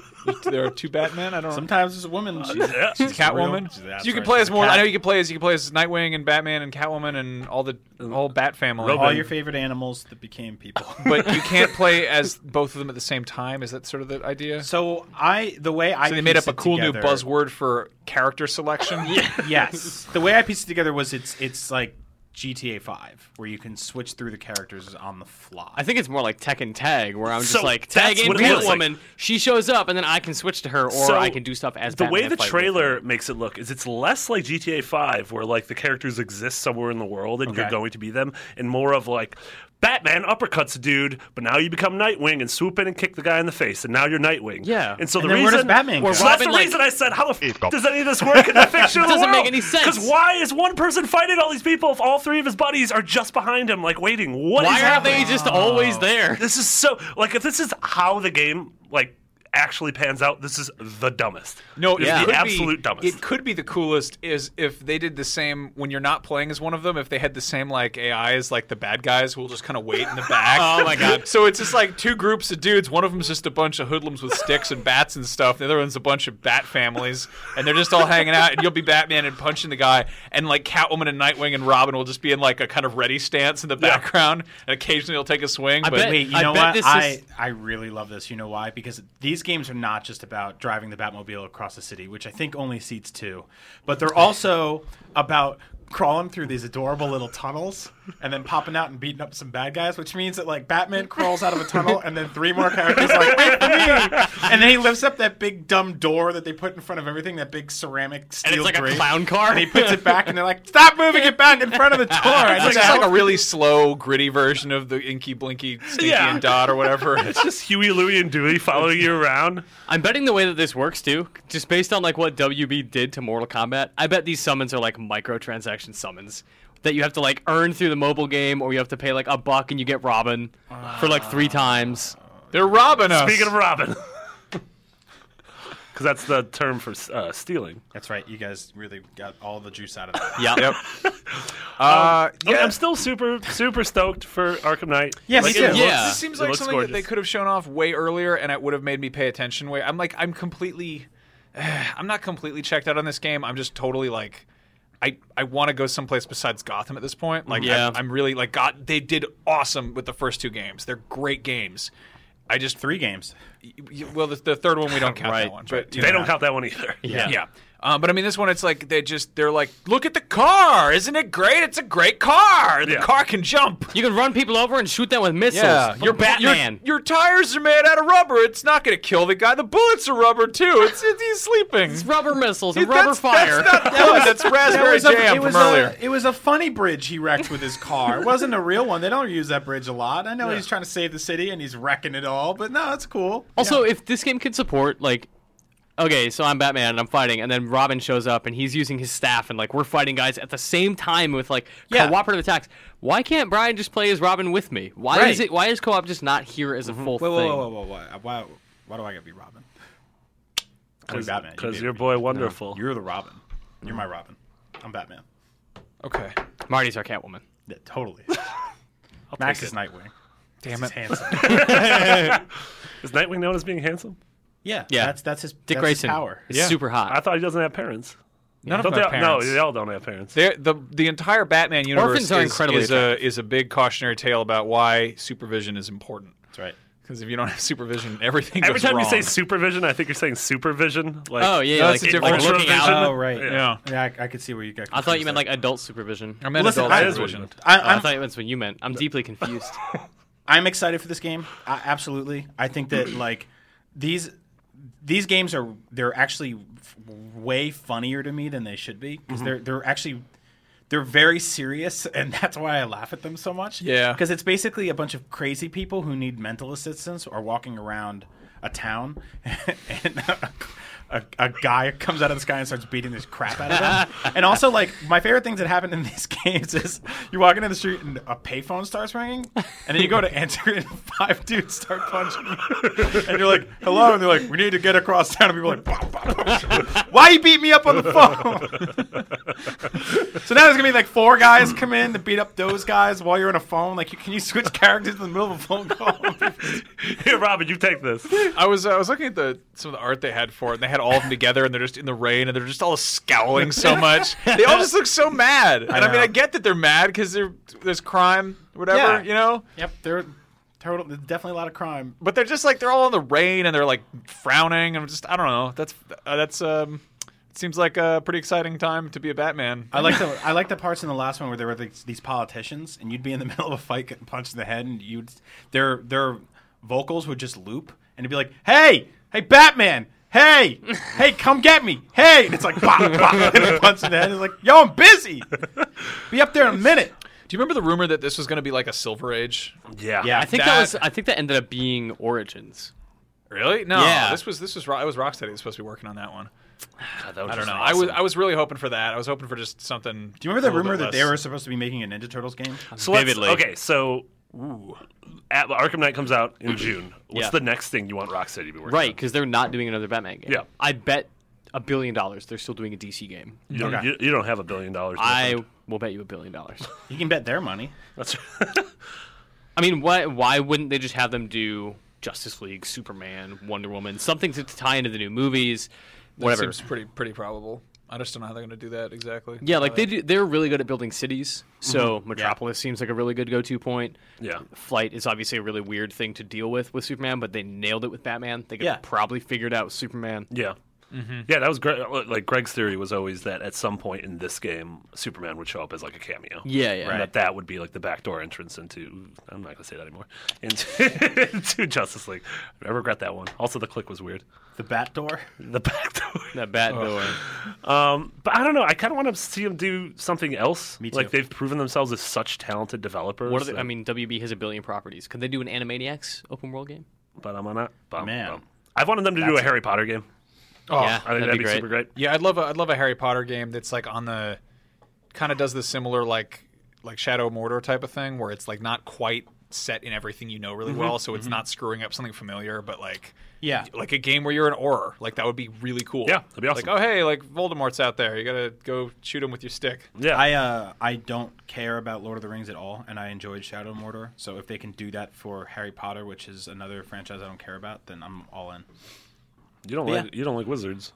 B: There are two Batmen? I don't know.
F: Sometimes it's a woman. She's,
D: yeah.
F: Uh, she's
B: Catwoman.
F: real- that's
B: you can
F: right,
B: play as
F: she's a
B: more. I
F: cat.
B: know you can play as you can play as Nightwing and Batman and Catwoman and all the whole Bat family.
F: all your favorite animals that became people.
B: but you can't play as both of them at the same time. Is that sort of the idea?
F: so I, the way I
B: So they made up
F: pieced
B: a
F: it
B: cool new [laughs]
F: together-
B: buzzword for character selection. yeah.
F: Yes, the way I pieced it together was it's it's like GTA Five, where you can switch through the characters on the fly.
E: I think it's more like Tekken Tag, where I'm just
D: So
E: like tag
D: that's
E: in
D: what it looks like.
E: Batwoman, she shows up, and then I can switch to her, or
D: So
E: I can do stuff as
D: the
E: Batman
D: way
E: and
D: the
E: fight with
D: trailer
E: her.
D: makes it look is it's less like GTA 5 where like the characters exist somewhere in the world and you're
F: Okay.
D: going to be them and more of like Batman uppercuts a dude but now you become Nightwing and swoop in and kick the guy in the face and now you're Nightwing
E: Yeah.
D: and so
F: And
D: the
F: then
D: reason
F: where does Batman
D: so
F: go?
D: that's the
E: Robin, like-
D: reason I said how the f- does any of this work in
E: [laughs]
D: the fiction
E: Doesn't make any sense.
D: because why is one person fighting all these people if all three of his buddies are just behind him like waiting What is
E: Why are
D: happening?
E: they just always there?
D: This is so like if this is how the game like actually pans out, this is the dumbest.
B: No,
D: This is
E: Yeah.
B: it
D: the
B: could
D: absolute
B: be,
D: dumbest.
B: It could be the coolest is if they did the same when you're not playing as one of them. If they had the same like AI as like the bad guys, will just kind of wait in the back.
E: [laughs] Oh, my
B: [laughs]
E: God.
B: So it's just like two groups of dudes. One of them's just a bunch of hoodlums with sticks and bats and stuff. The other one's a bunch of bat families, and they're just all hanging out. And you'll be Batman and punching the guy, and like Catwoman and Nightwing and Robin will just be in like a kind of ready stance in the background, and occasionally he'll take a swing. but
E: [laughs] bet-
F: Wait, you
E: I
F: know
E: bet
F: what?
E: this
F: I,
E: is-
F: I really love this. You know why? Because these games are not just about driving the Batmobile across the city, which I think only seats two, but they're also about crawling through these adorable little tunnels and then popping out and beating up some bad guys, which means that like Batman crawls out of a tunnel and then three more characters are like wait for me, and then he lifts up that big dumb door that they put in front of everything, that big ceramic steel
E: And it's like
F: grate,
E: a clown car.
F: and he puts it back, and they're like, stop moving it back in front of the
E: [laughs]
F: door. I need
B: It's
F: to
B: just
F: help
B: like a really slow, gritty version of the Inky Blinky Stinky
D: Yeah.
B: and Dot or whatever. [laughs]
D: it's just Huey, Louie, and Dewey following you around.
E: I'm betting the way that this works too, just based on like what WB did to Mortal Kombat. I bet these summons are like microtransaction summons that you have to like earn through the mobile game, or you have to pay like a buck and you get Robin for like three times.
D: [laughs]
B: They're robbing us.
D: Speaking of Robin. because that's the term for uh, stealing.
F: That's right. You guys really got all the juice out of that.
E: Yeah.
B: Yep. uh,
D: I mean,
B: yeah.
D: I'm still super super stoked for Arkham Knight.
F: [laughs] Yeah, me
D: Like,
F: too.
D: it looks-
E: Yeah.
B: This seems
D: it
B: like
D: looks
B: something that they
D: gorgeous.
B: could have shown off way earlier, and it would have made me pay attention. Way I'm like, I'm completely, [sighs] I'm not completely checked out on this game. I'm just totally like, I I want to go someplace besides Gotham at this point. Like,
E: Yeah.
B: I'm, I'm really like, God, they did awesome with the first two games. They're great games. I just
F: Three [laughs] games.
B: y- well, the, the third one we don't count that
E: Right.
B: one, but you
D: They
B: know.
D: don't count that one either.
B: Yeah. Um, but I mean, this one, it's like they just, they're like, look at the car. Isn't it great? It's a great car. The
D: Yeah.
B: car can jump.
E: You can run people over and shoot them with missiles.
B: your
E: you're Batman.
B: Your, your tires are made out of rubber. It's not going to kill the guy. The bullets are rubber too. It's, it's he's sleeping.
E: it's rubber missiles and rubber
B: that's,
E: fire.
B: That's, not good. that's raspberry
F: a-
B: jam
F: it
B: from
F: was
B: earlier.
F: A, it was a funny bridge he wrecked with his car. It wasn't a real one. They don't use that bridge a lot. I know he's trying to save the city and he's wrecking it all, but no, that's cool.
E: also, if this game could support like. Okay, so I'm Batman and I'm fighting, and then Robin shows up and he's using his staff, and like we're fighting guys at the same time with like
F: Yeah.
E: cooperative attacks. Why can't Brian just play as Robin with me? Why
F: Right.
E: is it? Why is co-op just not here as a full
F: Wait,
E: thing?
F: Mm-hmm. whoa, whoa, whoa, whoa, whoa. Why, why do I gotta be Robin? I'm Batman. You
D: Because
F: did
D: your
F: me.
D: boy wonderful.
F: You're the Robin. You're
E: Mm.
F: my Robin. I'm Batman.
B: Okay.
E: Marty's our Catwoman.
F: Yeah, [laughs] totally. Max is Nightwing. Damn it. He's handsome.
D: Is Nightwing known as being handsome?
F: [laughs] yeah,
E: Yeah.
F: That's that's his that's
E: Dick
F: his
E: Grayson
F: power.
E: is super hot.
D: I thought he doesn't have parents.
B: None of
D: Don't
B: my
D: they-
B: parents.
D: No, they all don't have parents.
B: They're- the the entire Batman universe
E: Orphans are
B: is,
E: incredibly
B: is a is a big cautionary tale about why supervision is important.
F: That's right.
B: Because if you don't have supervision, everything
D: Every
B: goes
D: time you
B: wrong.
D: say supervision, I think you're saying supervision. Like,
E: Oh yeah,
B: that's
E: like,
B: a different-
E: like looking
D: Ultravision.
E: out.
F: Oh right.
B: yeah.
F: Yeah, I, I could see where you got.
E: Uh, I thought
F: confused
E: you meant
F: there.
E: like adult supervision.
B: I meant
F: Listen,
B: adult
F: I-
B: supervision.
F: I,
E: Oh, I
F: I'm
E: thought that's what you meant. I'm
F: [laughs]
E: deeply confused.
F: I'm excited for this game. I, absolutely, I think that [clears throat] like these these games are they're actually f- way funnier to me than they should be because they're they're actually they're very serious and that's why I laugh at them so much.
B: Yeah.
F: because it's basically a bunch of crazy people who need mental assistance are walking around a town and. A, a, guy comes out of the sky and starts beating this crap out of them. and also, like, my favorite things that happen in these games is you walk into the street and a payphone starts ringing, and then you go to enter and five dudes start punching you. And you're like, hello. And they're like, we need to get across town. And people are like, "Bah, bah, bah." why you beat me up on the phone? so now there's going to be like four [clears throat] guys come in to beat up those guys while you're on a phone. Like, you- can you switch characters in the middle of a phone call?
D: Here, [laughs] Robin, you take this.
B: I was uh, I was looking at the some of the art they had for it, and they had all of them together, and they're just in the rain, and they're just all scowling [laughs] so much. They all just look so mad. And I, mean,
F: know.
B: I get that they're mad because there's crime, whatever,
F: Yeah.
B: you know.
F: [laughs] yep, they're total, there's definitely a lot of crime.
B: But they're just like they're all in the rain, and they're like frowning, and just I don't know. That's uh, that's um, it seems like a pretty exciting time to be a Batman.
F: I like the I like the parts in the last one where there were these, these politicians, and you'd be in the [laughs] middle of a fight, getting punched in the head, and you'd their their vocals would just loop, and it'd be like, "Hey, hey, Batman, hey, hey, come get me, hey!" And it's like, bah, bah, [laughs] and it punch in the head. It's like, "Yo, I'm busy. Be up there in a minute."
B: Do you remember the rumor that this was going to be like a Silver Age?
D: Yeah.
F: Yeah,
E: I think
B: That-
E: that was. I think that ended up being Origins.
B: Really? No.
E: Yeah.
B: This was this was Ro- I was Rocksteady was supposed to be working on that one.
D: God, that was
B: I don't
D: just
B: know.
D: awesome.
B: I was I was really hoping for that. I was hoping for just something.
F: Do you remember
B: a
F: the
B: little
F: rumor
B: bit
F: that they
B: less-
F: were supposed to be making a Ninja Turtles game?
D: So let's-
E: Vividly.
D: Okay, so At, Arkham Knight comes out in June. What's
E: Mm-hmm. Yeah.
D: the next thing you want Rocksteady to be working
E: Right, because they're not doing another Batman game.
D: Yeah.
E: I bet a billion dollars they're still doing a DC game.
D: on? You, you, you don't have a billion dollars. in
E: I
D: your
E: will bet you a billion dollars.
F: You can bet their money.
D: That's
E: I mean, why why wouldn't they just have them do Justice League, Superman, Wonder Woman, something to tie into the new movies, whatever.
B: Seems pretty pretty probable. I just don't know how they're going to do that exactly.
E: yeah, like they do, they're really good at building cities. So Metropolis seems like a really good go-to point.
D: yeah.
E: Flight is obviously a really weird thing to deal with with Superman, but they nailed it with Batman. They could
F: Yeah.
E: probably figure it out with Superman.
D: Yeah.
E: Mm-hmm.
D: Yeah, that was great. Like Greg's theory was always that at some point in this game, Superman would show up as like a cameo.
E: Yeah, yeah.
D: And that that would be like the backdoor entrance into. I'm not gonna say that anymore. [laughs] Into, into Justice League. I regret that one. Also, the click was weird.
F: The Bat Door.
D: The [laughs] backdoor.
E: That bat door.
D: Um, but I don't know. I kind of want to see them do something else.
F: Me
D: Like
F: too.
D: they've proven themselves as such talented developers.
E: What are they, I
D: that-
E: mean, WB has a billion properties. Could they do an Animaniacs open world game?
D: but I'm on that. Bum,
F: Man.
D: bum. I've wanted them to do a Harry Potter game.
B: Oh,
E: yeah,
D: I think that'd, be, super great.
B: Yeah, I'd love a, I'd love a Harry Potter game that's like on the kind of does the similar like like Shadow of Mordor type of thing where it's like not quite set in everything you know
E: Mm-hmm.
B: really well, so it's not screwing up something familiar. But like,
F: Yeah.
B: like a game where you're an auror, like that would be really cool.
D: Yeah, that'd be awesome.
B: Like, oh hey, like Voldemort's out there. You gotta go shoot him with your stick.
D: Yeah.
F: I uh, I don't care about Lord of the Rings at all, and I enjoyed Shadow of Mordor. So if they can do that for Harry Potter, which is another franchise I don't care about, then I'm all in.
D: you don't
F: yeah.
D: like you don't like wizards.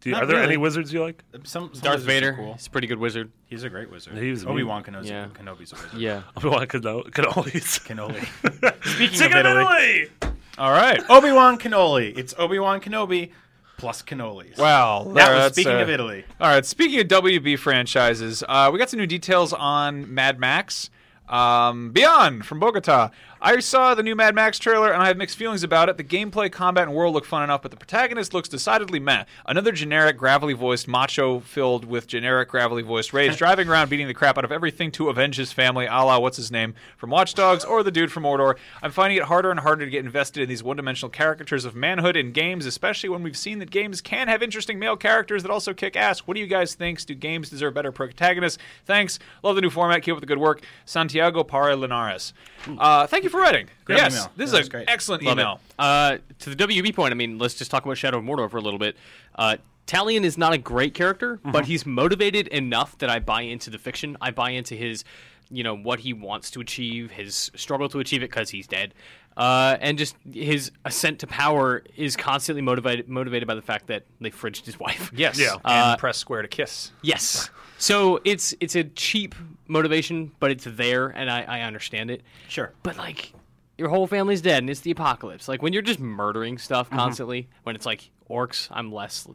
D: Do you,
F: Not
D: are there
F: really.
D: any wizards you
F: [laughs]
D: like? [laughs]
F: Some, some
E: Darth
F: wizards are
E: Vader.
F: cool.
E: He's a pretty good wizard.
F: He's a great wizard.
D: He was a
F: Obi Wan Kenobi.
E: Yeah.
F: Kenobi's a
E: [laughs]
F: wizard.
E: Yeah.
D: I want cannoli. cannolis.
F: Kenobi.
D: Speaking
F: of Italy. [laughs]
B: All right.
F: Obi Wan Cannoli. It's Obi Wan Kenobi plus cannolis.
B: Wow.
F: that
B: Laura,
F: was
B: that's,
F: speaking
B: uh,
F: of Italy.
B: All right. Speaking of WB franchises, uh, we got some new details on Mad Max. Um, Beyond from Bogota. I saw the new Mad Max trailer and I have mixed feelings about it. The gameplay, combat, and world look fun enough, but the protagonist looks decidedly meh. Another generic, gravelly voiced macho filled with generic, gravelly voiced rage, driving around beating the crap out of everything to avenge his family, a la what's his name from Watch Dogs or the dude from Mordor. I'm finding it harder and harder to get invested in these one dimensional caricatures of manhood in games, especially when we've seen that games can have interesting male characters that also kick ass. What do you guys think? Do games deserve better protagonists? Thanks. Love the new format. Keep up the good work. Santiago Parra Linares. Uh, thank you for writing.
F: Great
B: yes,
F: email.
B: this
F: That
B: is
F: was
B: an
F: great.
B: excellent
E: Love
B: email.
E: it. Uh, to the WB point, I mean, let's just talk about Shadow of Mordor for a little bit. Uh, Talion is not a great character,
D: Mm-hmm.
E: but he's motivated enough that I buy into the fiction. I buy into his, you know, what he wants to achieve, his struggle to achieve it because he's dead, uh, and just his ascent to power is constantly motivated motivated by the fact that they fridged his wife. [laughs]
B: Yes,
D: Yeah.
B: and press square to kiss.
E: Yes. So it's it's a cheap motivation, but it's there, and I, I understand it.
F: Sure.
E: But like, your whole family's dead, and it's the apocalypse. Like when you're just murdering stuff constantly, when it's like orcs, I'm less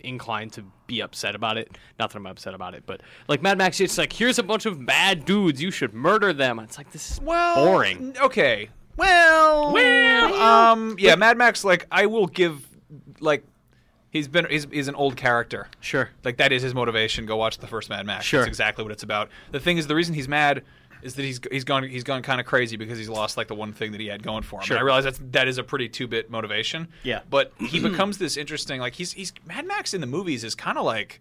E: inclined to be upset about it. Not that I'm upset about it, but like Mad Max, it's like here's a bunch of bad dudes, you should murder them. It's like this is
B: Well,
E: boring.
B: n- Okay. Well, well, um, yeah, Mad Max. Like, I will give, like, he's been he's, he's an old character.
E: Sure.
B: Like that is his motivation. Go watch the first Mad Max.
E: Sure.
B: That's exactly what it's about. The thing is, the reason he's mad is that he's he's gone he's gone kind of crazy because he's lost like the one thing that he had going for him. And I realize that's that is a pretty two bit motivation.
F: Yeah.
B: But he [clears throat] becomes this interesting like he's he's Mad Max in the movies is kind of like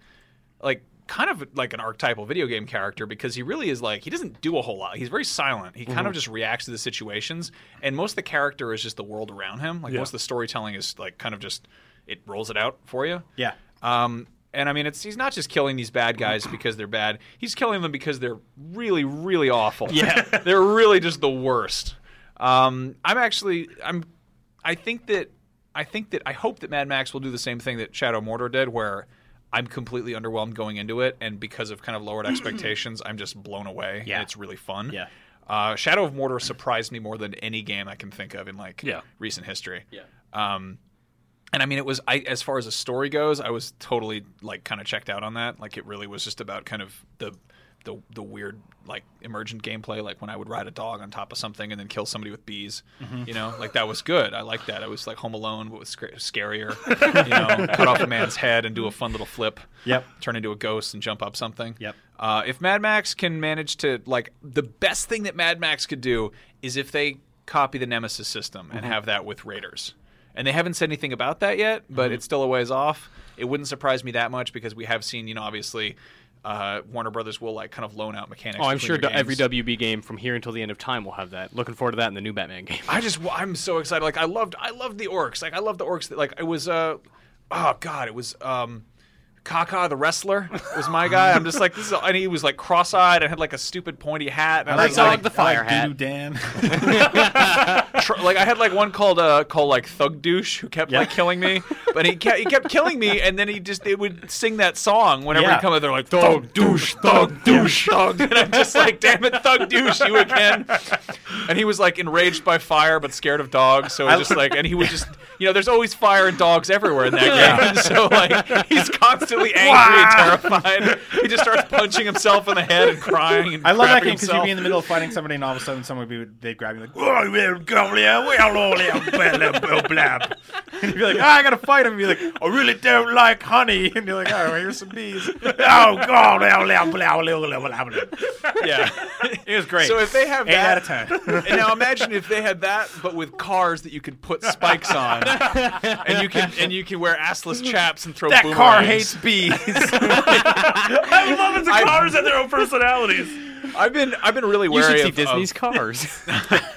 B: like kind of like an archetypal video game character because he really is like he doesn't do a whole lot. He's very silent. He kind of just reacts to the situations, and most of the character is just the world around him. Like most of the storytelling is like kind of just it rolls it out for you.
F: Yeah.
B: Um, and I mean, it's he's not just killing these bad guys because they're bad. He's killing them because they're really, really awful. Yeah, [laughs] they're really just the worst. Um, I'm actually, I'm, I think that, I think that, I hope that Mad Max will do the same thing that Shadow of Mordor did, where I'm completely underwhelmed going into it, and because of kind of lowered expectations, I'm just blown away.
F: Yeah.
B: and it's really fun.
F: Yeah.
B: Uh, Shadow of Mordor surprised me more than any game I can think of in like
D: Yeah.
B: recent history. Yeah. Um, and I mean, it was I, as far as a story goes, I was totally like kind of checked out on that. Like, it really was just about kind of the the the weird like emergent gameplay, like when I would ride a dog on top of something and then kill somebody with bees. You know, like that was good. I liked that. I was like Home Alone, but was sc- scarier. you know, cut off a man's head and do a fun little flip.
F: Yep.
B: Turn into a ghost and jump up something.
F: Yep.
B: Uh, if Mad Max can manage to like the best thing that Mad Max could do is if they copy the Nemesis system
E: Mm-hmm.
B: and have that with Raiders. And they haven't said anything about that yet, but
E: Mm-hmm.
B: it's still a ways off. It wouldn't surprise me that much because we have seen, you know, obviously uh, Warner Brothers will like kind of loan out mechanics.
E: Oh, I'm
B: between
E: sure
B: their
E: every
B: games.
E: WB game from here until the end of time will have that. Looking forward to that in the new Batman game.
B: I just I'm so excited. Like I loved I loved the orcs. Like I loved the orcs. That like it was uh oh god it was um Kaka the wrestler was my guy. I'm just like this is and he was like cross-eyed and had like a stupid pointy hat. And I
E: [laughs]
B: was
E: Dog
B: like,
E: the Fire
F: I like
E: Hat.
F: Doo Dan.
B: tr- like I had like one called uh called like Thug Douche who kept like killing me, but
F: [laughs]
B: he kept he kept killing me, and then he just they would sing that song whenever
F: Yeah.
B: he come out. They're like Thug Douche, Thug Douche, Thug, and I'm just like, damn it, Thug Douche, you again. And he was like enraged by fire but scared of dogs, so just like, and he would just you know, there's always fire and dogs everywhere in that game, and so like he's constantly angry and terrified. He just starts punching himself in the head and crying. And
F: I love that
B: crapping
F: game because you'd
B: himself.
F: be in the middle of fighting somebody, and all of a sudden someone would be they'd grab you like,
D: Oh, we're going there. We're all there. Blah, blah, blah.
F: [laughs] you'd be like, ah, I gotta fight him. You'd be like, I really don't like honey, [laughs] and you're like, oh, well, here's some bees.
D: [laughs] Oh God! Blah, blah, blah, blah, blah, blah.
B: yeah.
F: [laughs] It was great.
B: So
F: [laughs]
B: if they have
F: eight
B: that,
F: out of ten.
B: And now imagine if they had that, but with cars that you could put spikes on, and you can and you can wear assless chaps and throw.
F: That car
B: boomerangs.
F: hates bees.
D: I love it. The
B: I-
D: cars have their own personalities.
B: I've been I've been really
E: You
B: wary
E: should see
B: of,
E: Disney's
B: of-
E: cars.
B: [laughs]
E: [laughs]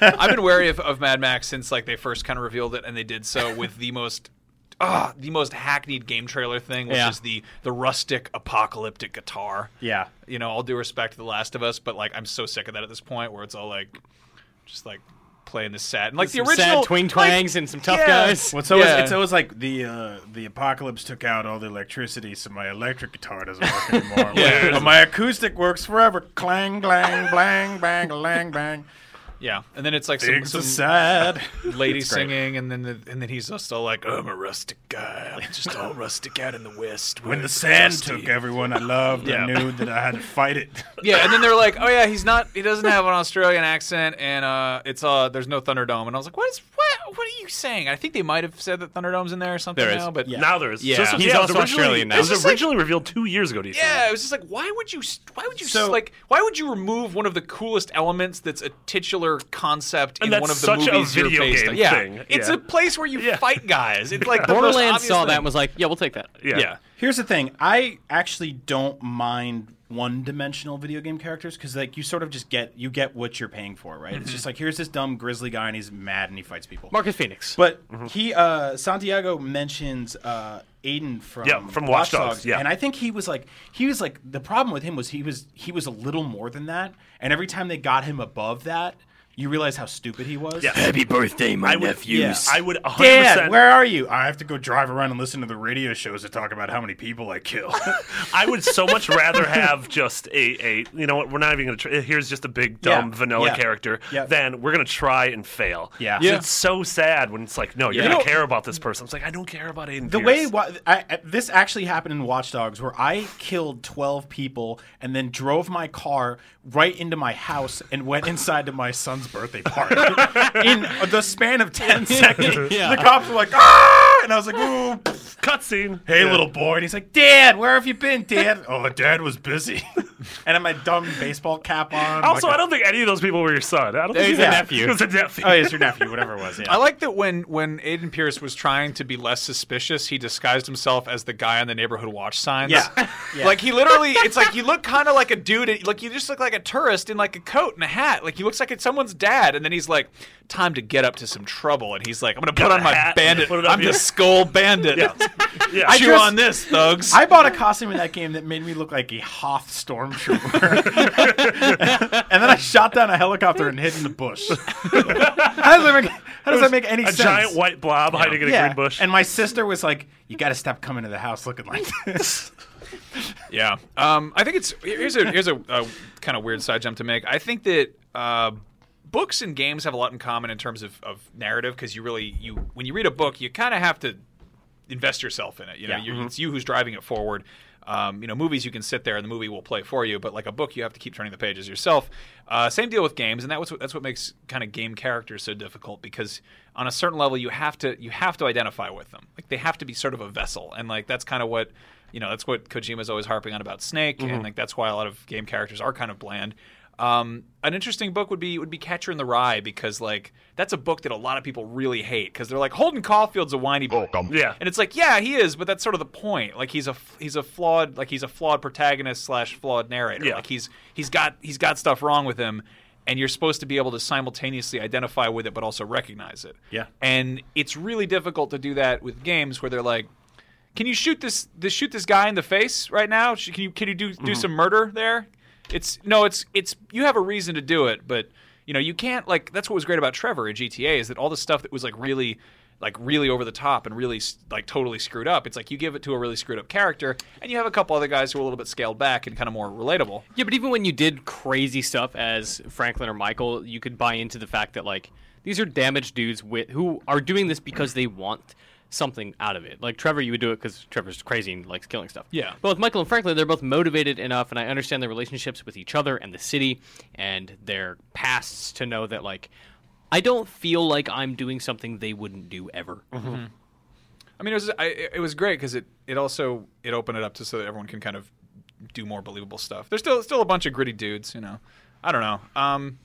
B: I've been wary of, of Mad Max since like they first kind of revealed it, and they did so with the most. ah the most hackneyed game trailer thing, which
E: Yeah.
B: is the the rustic apocalyptic guitar.
F: Yeah.
B: you know, all due respect to The Last of Us, but like I'm so sick of that at this point, where it's all like, just like playing this sad and like the
E: Some
B: original
E: sad twing twangs and some tough
B: yeah.
E: guys.
F: Well, it's always,
B: Yeah.
F: it's always like the uh, the apocalypse took out all the electricity, so my electric guitar doesn't [laughs] work anymore.
B: Yeah.
F: But my acoustic works forever. Clang, glang, blang, bang, lang, bang.
B: Yeah, and then it's like some,
F: Things
B: some
F: are
D: [laughs]
F: sad. [laughs]
B: lady
F: It's great.
B: singing, and then the, and then he's just all like, "I'm a rustic guy.
D: [laughs]
B: I'm just all rustic out in the west." where
F: When the
B: it's
F: sand
B: rusty."
F: took everyone I loved, I
B: Yeah.
F: knew that I had to fight it.
B: Yeah, and then they're like, "Oh yeah, he's not. He doesn't have an Australian accent, and uh, it's uh, there's no Thunderdome." And I was like, "What is what? What are you saying?" I think they might have said that Thunderdome's in there or something
E: There is.
B: now, but yeah.
D: Now there is.
B: Yeah.
D: So this was-
E: He's
D: yeah, it was
E: also
D: originally-
E: Australian now.
D: It
B: It's
D: was
B: just
D: originally revealed two years ago. To you
B: Yeah, it was just like, why would you? Why would you
F: So-
B: like? Why would you remove one of the coolest elements that's a titular concept
D: And
B: in
D: that's
B: one of the
D: such a
B: movies
D: video
B: you're based
D: game
B: on? Yeah,
D: thing.
B: it's
D: Yeah.
B: a place where you
D: Yeah.
B: fight guys. It's
E: [laughs]
B: like the most
E: Borderlands
B: obvious
E: saw
B: thing.
E: that and was like, yeah, we'll take that.
D: Yeah.
B: yeah.
F: Here's the thing. I actually don't mind one-dimensional video game characters because, like, you sort of just get you get what you're paying for, right?
D: Mm-hmm.
F: It's just like here's this dumb grizzly guy and he's mad and he fights people.
E: Marcus Phoenix.
F: But
D: Mm-hmm.
F: he uh, Santiago mentions uh, Aiden from
D: Yeah, from Watch Dogs, yeah.
F: and I think he was like he was like the problem with him was he was he was a little more than that, and every time they got him above that, you realize how stupid he was.
D: Yeah.
G: Happy birthday, my
D: I would,
G: nephews.
D: I would 100%.
F: Dad, where are you? I have to go drive around and listen to the radio shows to talk about how many people I
D: [laughs]
F: kill.
D: I would so much rather have just a, a you know what we're not even gonna try, here's just a big dumb
F: Yeah.
D: vanilla
F: Yeah.
D: character
F: Yeah.
D: than we're gonna try and fail.
F: Yeah.
D: So
F: Yeah.
D: It's so sad when it's like no you're
B: You
D: gonna
B: know-
D: care about this person. It's like I don't care about Aiden.
F: The
D: Pierce.
F: way wa- I, I- this actually happened in Watch Dogs, where I killed twelve people and then drove my car right into my house and went inside to my son's birthday party in the span of ten seconds.
E: Yeah.
F: The cops were like, "Ah!" and I was like, "Ooh,
D: cutscene.
F: hey,
D: Yeah.
F: little boy," and he's like, "Dad, where have you been, Dad?" oh, Dad was busy, [laughs] and I had my dumb baseball cap on.
D: Also,
F: like
D: I don't think any of those people were your son. I don't think
E: He's a
D: yeah.
E: nephew.
D: It was a nephew.
F: [laughs] Oh, it's your nephew, whatever it was. Yeah.
B: I like that when when Aiden Pierce was trying to be less suspicious, he disguised himself as the guy on the neighborhood watch signs.
F: Yeah.
B: [laughs]
F: Yeah.
B: like he literally, it's like you look kind of like a dude. Like you just look like a tourist in like a coat and a hat. Like he looks like it's someone's dad. And then he's like, "Time to get up to some trouble." And he's like, "I'm gonna put
D: a
B: on my
D: hat and
B: bandit.
D: put it up
B: I'm
D: here."
B: the skull bandit.
D: [laughs] yeah.
B: Chew
F: just-
B: on this, thugs."
F: [laughs] I bought a costume in that game that made me look like a Hoth stormtrooper, [laughs] and then I shot down a helicopter and hid in the
D: [laughs]
F: bush. how does that make, how does that make any
D: a
F: sense?
D: giant white blob hiding in a green bush.
F: And my sister was like, "You got to stop coming to the house looking like this."
B: Yeah. Um, I think it's here's a here's a, a kind of weird side jump to make. I think that uh, books and games have a lot in common in terms of, of narrative because you really you when you read a book you kind of have to invest yourself in it. You know,
F: Yeah.
B: you're, it's you who's driving it forward. Um, you know, movies you can sit there and the movie will play for you, but like a book, you have to keep turning the pages yourself. Uh, same deal with games, and that was that's what makes kind of game characters so difficult because on a certain level, you have to you have to identify with them. Like they have to be sort of a vessel, and like that's kind of what you know that's what Kojima's always harping on about Snake, and like that's why a lot of game characters are kind of bland. Um, an interesting book would be would be Catcher in the Rye because like that's a book that a lot of people really hate because they're like Holden Caulfield's a whiny boy.
D: yeah.
B: And it's like, yeah, he is, but that's sort of the point. Like he's a he's a flawed like he's a flawed protagonist slash flawed narrator.
D: Yeah.
B: Like he's he's got he's got stuff wrong with him, and you're supposed to be able to simultaneously identify with it but also recognize it.
F: Yeah.
B: And it's really difficult to do that with games where they're like, can you shoot this this shoot this guy in the face right now? Sh- Can you can you do do some murder there? It's no, it's it's you have a reason to do it, but you know you can't like that's what was great about Trevor in GTA is that all the stuff that was like really like really over the top and really s- like totally screwed up. It's like you give it to a really screwed up character, and you have a couple other guys who are a little bit scaled back and kind of more relatable.
E: Yeah, but even when you did crazy stuff as Franklin or Michael, you could buy into the fact that like these are damaged dudes with who are doing this because they want something out of it. Like Trevor, you would do it because Trevor's crazy and likes killing stuff.
B: Yeah.
E: But with Michael and Franklin, they're both motivated enough, and I understand their relationships with each other and the city and their pasts to know that like I don't feel like I'm doing something they wouldn't do ever.
B: Mm-hmm. I mean, it was I, it was great because it, it also it opened it up to so that everyone can kind of do more believable stuff. There's still still a bunch of gritty dudes, you know. I don't know. Um,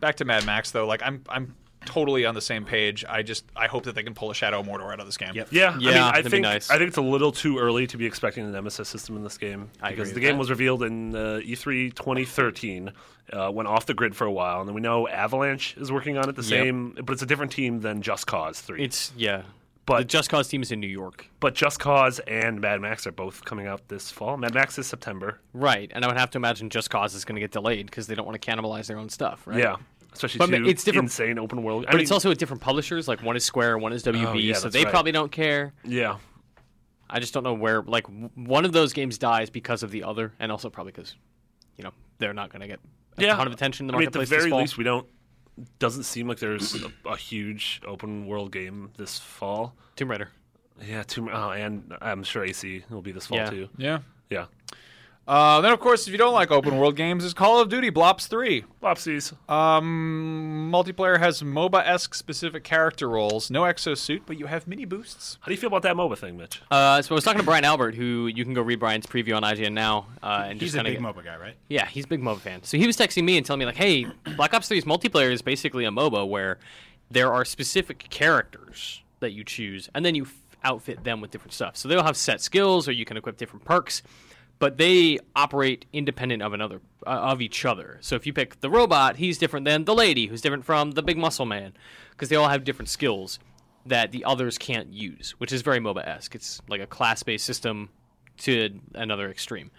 B: back to Mad Max though, like I'm I'm totally on the same page. I just I hope that they can pull a Shadow of Mordor out of this game.
F: Yep.
D: Yeah,
E: Yeah,
D: I, mean, I
E: that'd be
D: think
E: nice.
D: I think it's a little too early to be expecting the Nemesis system in this game because
E: agree
D: the
E: with
D: game
E: that.
D: was revealed in uh, E3 2013, uh, went off the grid for a while, and then we know Avalanche is working on it. The
E: Yep.
D: same, but it's a different team than Just Cause Three.
E: It's yeah.
D: But-
E: the Just Cause team is in New York,
D: but Just Cause and Mad Max are both coming out this fall. Mad Max is September.
E: right? And I would have to imagine Just Cause is going to get delayed because they don't want to cannibalize their own stuff, right?
D: Yeah, especially
E: But I
D: two
E: mean, it's different-
D: insane open world.
E: But it's also with different publishers. Like one is Square, one is WB,
D: Oh, yeah,
E: so
D: that's
E: they
D: right.
E: probably don't care.
D: yeah.
E: I just don't know where. Like w- one of those games dies because of the other, and also probably because, you know, they're not going to get a
D: yeah.
E: ton of attention in the
D: I mean, at
E: marketplace
D: the very
E: this fall.
D: least, we don't. Doesn't seem like there's a, a huge open world game this fall.
E: Tomb Raider.
D: Yeah, two. Oh, and I'm sure AC will be this fall
E: Yeah.
D: too.
B: Yeah.
D: Yeah,
B: Uh, then of course, if you don't like open world games, is Call of Duty Blops Three.
D: Lopsies.
B: Um, multiplayer has MOBA esque specific character roles. No exosuit, but you have mini boosts.
D: How do you feel about that MOBA thing, Mitch?
E: Uh, so I was talking to Brian Albert, who you can go read Brian's preview on IGN now, uh, and
F: He's
E: just
F: a
E: kind
F: big
E: of
F: MOBA guy, right?
E: Yeah, he's a big MOBA fan. So he was texting me and telling me like, "Hey, Black Ops 3's multiplayer is basically a MOBA where there are specific characters that you choose, and then you f- outfit them with different stuff. So they'll have set skills, or you can equip different perks, but they operate independent of another uh, of each other. So if you pick the robot, he's different than the lady, who's different from the big muscle man, because they all have different skills that the others can't use, which is very MOBA esque. It's like a class based system to another extreme.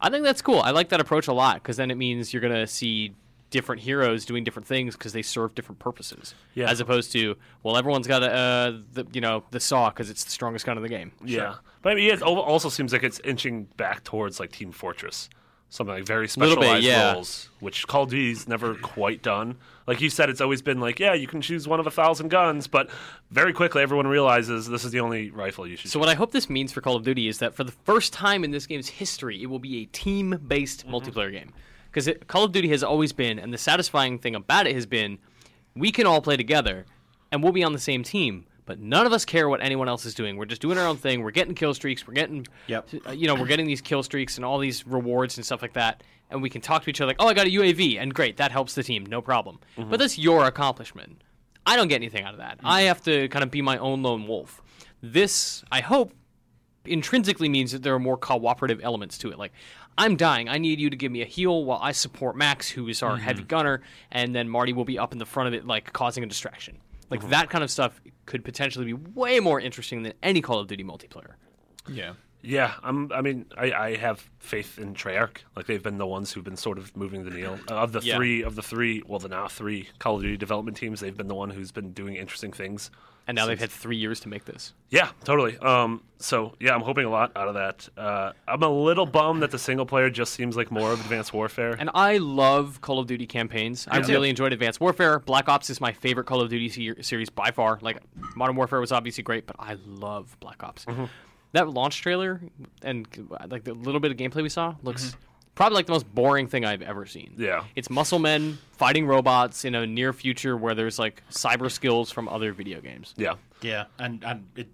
E: I think that's cool. I like that approach a lot because then it means you're gonna see different heroes doing different things because they serve different purposes.
D: Yeah.
E: As opposed to well, everyone's got a uh, the, you know the saw because it's the strongest gun in the game.
D: Yeah, but I mean, it al- also seems like it's inching back towards like Team Fortress, something like very
E: Little
D: specialized
E: bit, yeah.
D: roles, which Call of Duty's never quite done. Like you said, it's always been like, yeah, you can choose one of a thousand guns, but very quickly everyone realizes this is the only rifle you should.
E: So what I hope this means for Call of Duty is that for the first time in this game's history, it will be a team-based multiplayer game. Because Call of Duty has always been, and the satisfying thing about it has been, we can all play together, and we'll be on the same team. But none of us care what anyone else is doing. We're just doing our own thing. We're getting kill streaks. We're getting,
F: Yep.
E: uh, you know, we're getting these kill streaks and all these rewards and stuff like that. And we can talk to each other like, oh, I got a UAV, and great, that helps the team, no problem. But that's your accomplishment. I don't get anything out of that. I have to kind of be my own lone wolf. This, I hope, intrinsically means that there are more cooperative elements to it. Like, I'm dying. I need you to give me a heal while I support Max, who is our heavy gunner, and then Marty will be up in the front of it, like causing a distraction. Like that kind of stuff could potentially be way more interesting than any Call of Duty multiplayer.
B: Yeah.
D: Yeah, I'm. I mean, I, I have faith in Treyarch. Like they've been the ones who've been sort of moving the needle Uh, of the
E: Yeah.
D: three of the three. Well, the now three Call of Duty development teams. They've been the one who's been doing interesting things.
E: And now they've had three years to make this.
D: Yeah, totally. Um, so yeah, I'm hoping a lot out of that. Uh, I'm a little bummed that the single player just seems like more of Advanced Warfare.
E: And I love Call of Duty campaigns. I really enjoyed Advanced Warfare. Black Ops is my favorite Call of Duty se- series by far. Like Modern Warfare was obviously great, but I love Black Ops.
D: Mm-hmm.
E: That launch trailer and like the little bit of gameplay we saw looks probably like the most boring thing I've ever seen.
D: Mm-hmm. Yeah.
E: It's muscle men fighting robots in a near future where there's like cyber skills from other video games.
D: yeah,
F: Yeah, and, and it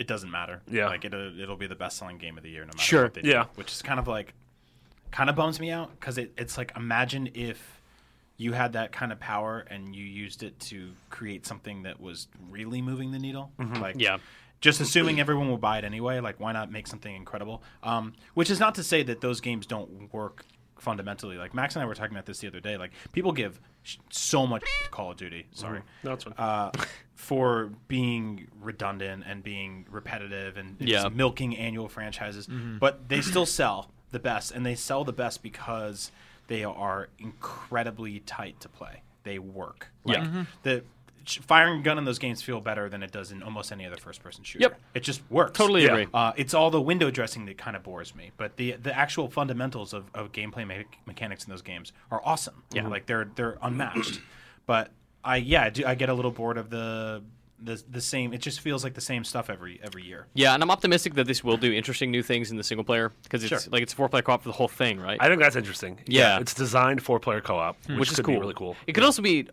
F: it doesn't matter.
D: Yeah.
F: like it uh, it'll be the best selling game of the year, no matter
E: Sure.
F: what they do.
D: Yeah.
F: which is kind of like kind of bums me out because it, it's like imagine if you had that kind of power and you used it to create something that was really moving the needle. Like
E: Yeah.
F: Just assuming everyone will buy it anyway, like why not make something incredible? Um, which is not to say that those games don't work fundamentally. Like Max and I were talking about this the other day. Like people give sh- so much to Call of Duty. Sorry,
D: that's fine.
F: uh, for being redundant and being repetitive and just
E: Yeah.
F: milking annual franchises, but they still sell the best, and they sell the best because they are incredibly tight to play. They work. Like,
D: Mm-hmm.
E: Mm-hmm.
F: The sh- firing a gun in those games feel better than it does in almost any other first-person shooter.
E: Yep.
F: it just works.
E: Totally
D: Yeah.
E: agree.
F: Uh, it's all the window dressing that kind of bores me, but the the actual fundamentals of, of gameplay me- mechanics in those games are awesome. Yeah, like they're they're unmatched. [clears throat] but I yeah I, do, I get a little bored of the the the same. It just feels like the same stuff every every year.
E: Yeah, and I'm optimistic that this will do interesting new things in the single player because it's
F: Sure.
E: like it's a four player co op for the whole thing, right?
D: I think that's interesting.
E: Yeah. Hmm.
D: it's designed for player co-op, which,
E: which, is
D: could
E: cool.
D: be really cool.
E: It could also be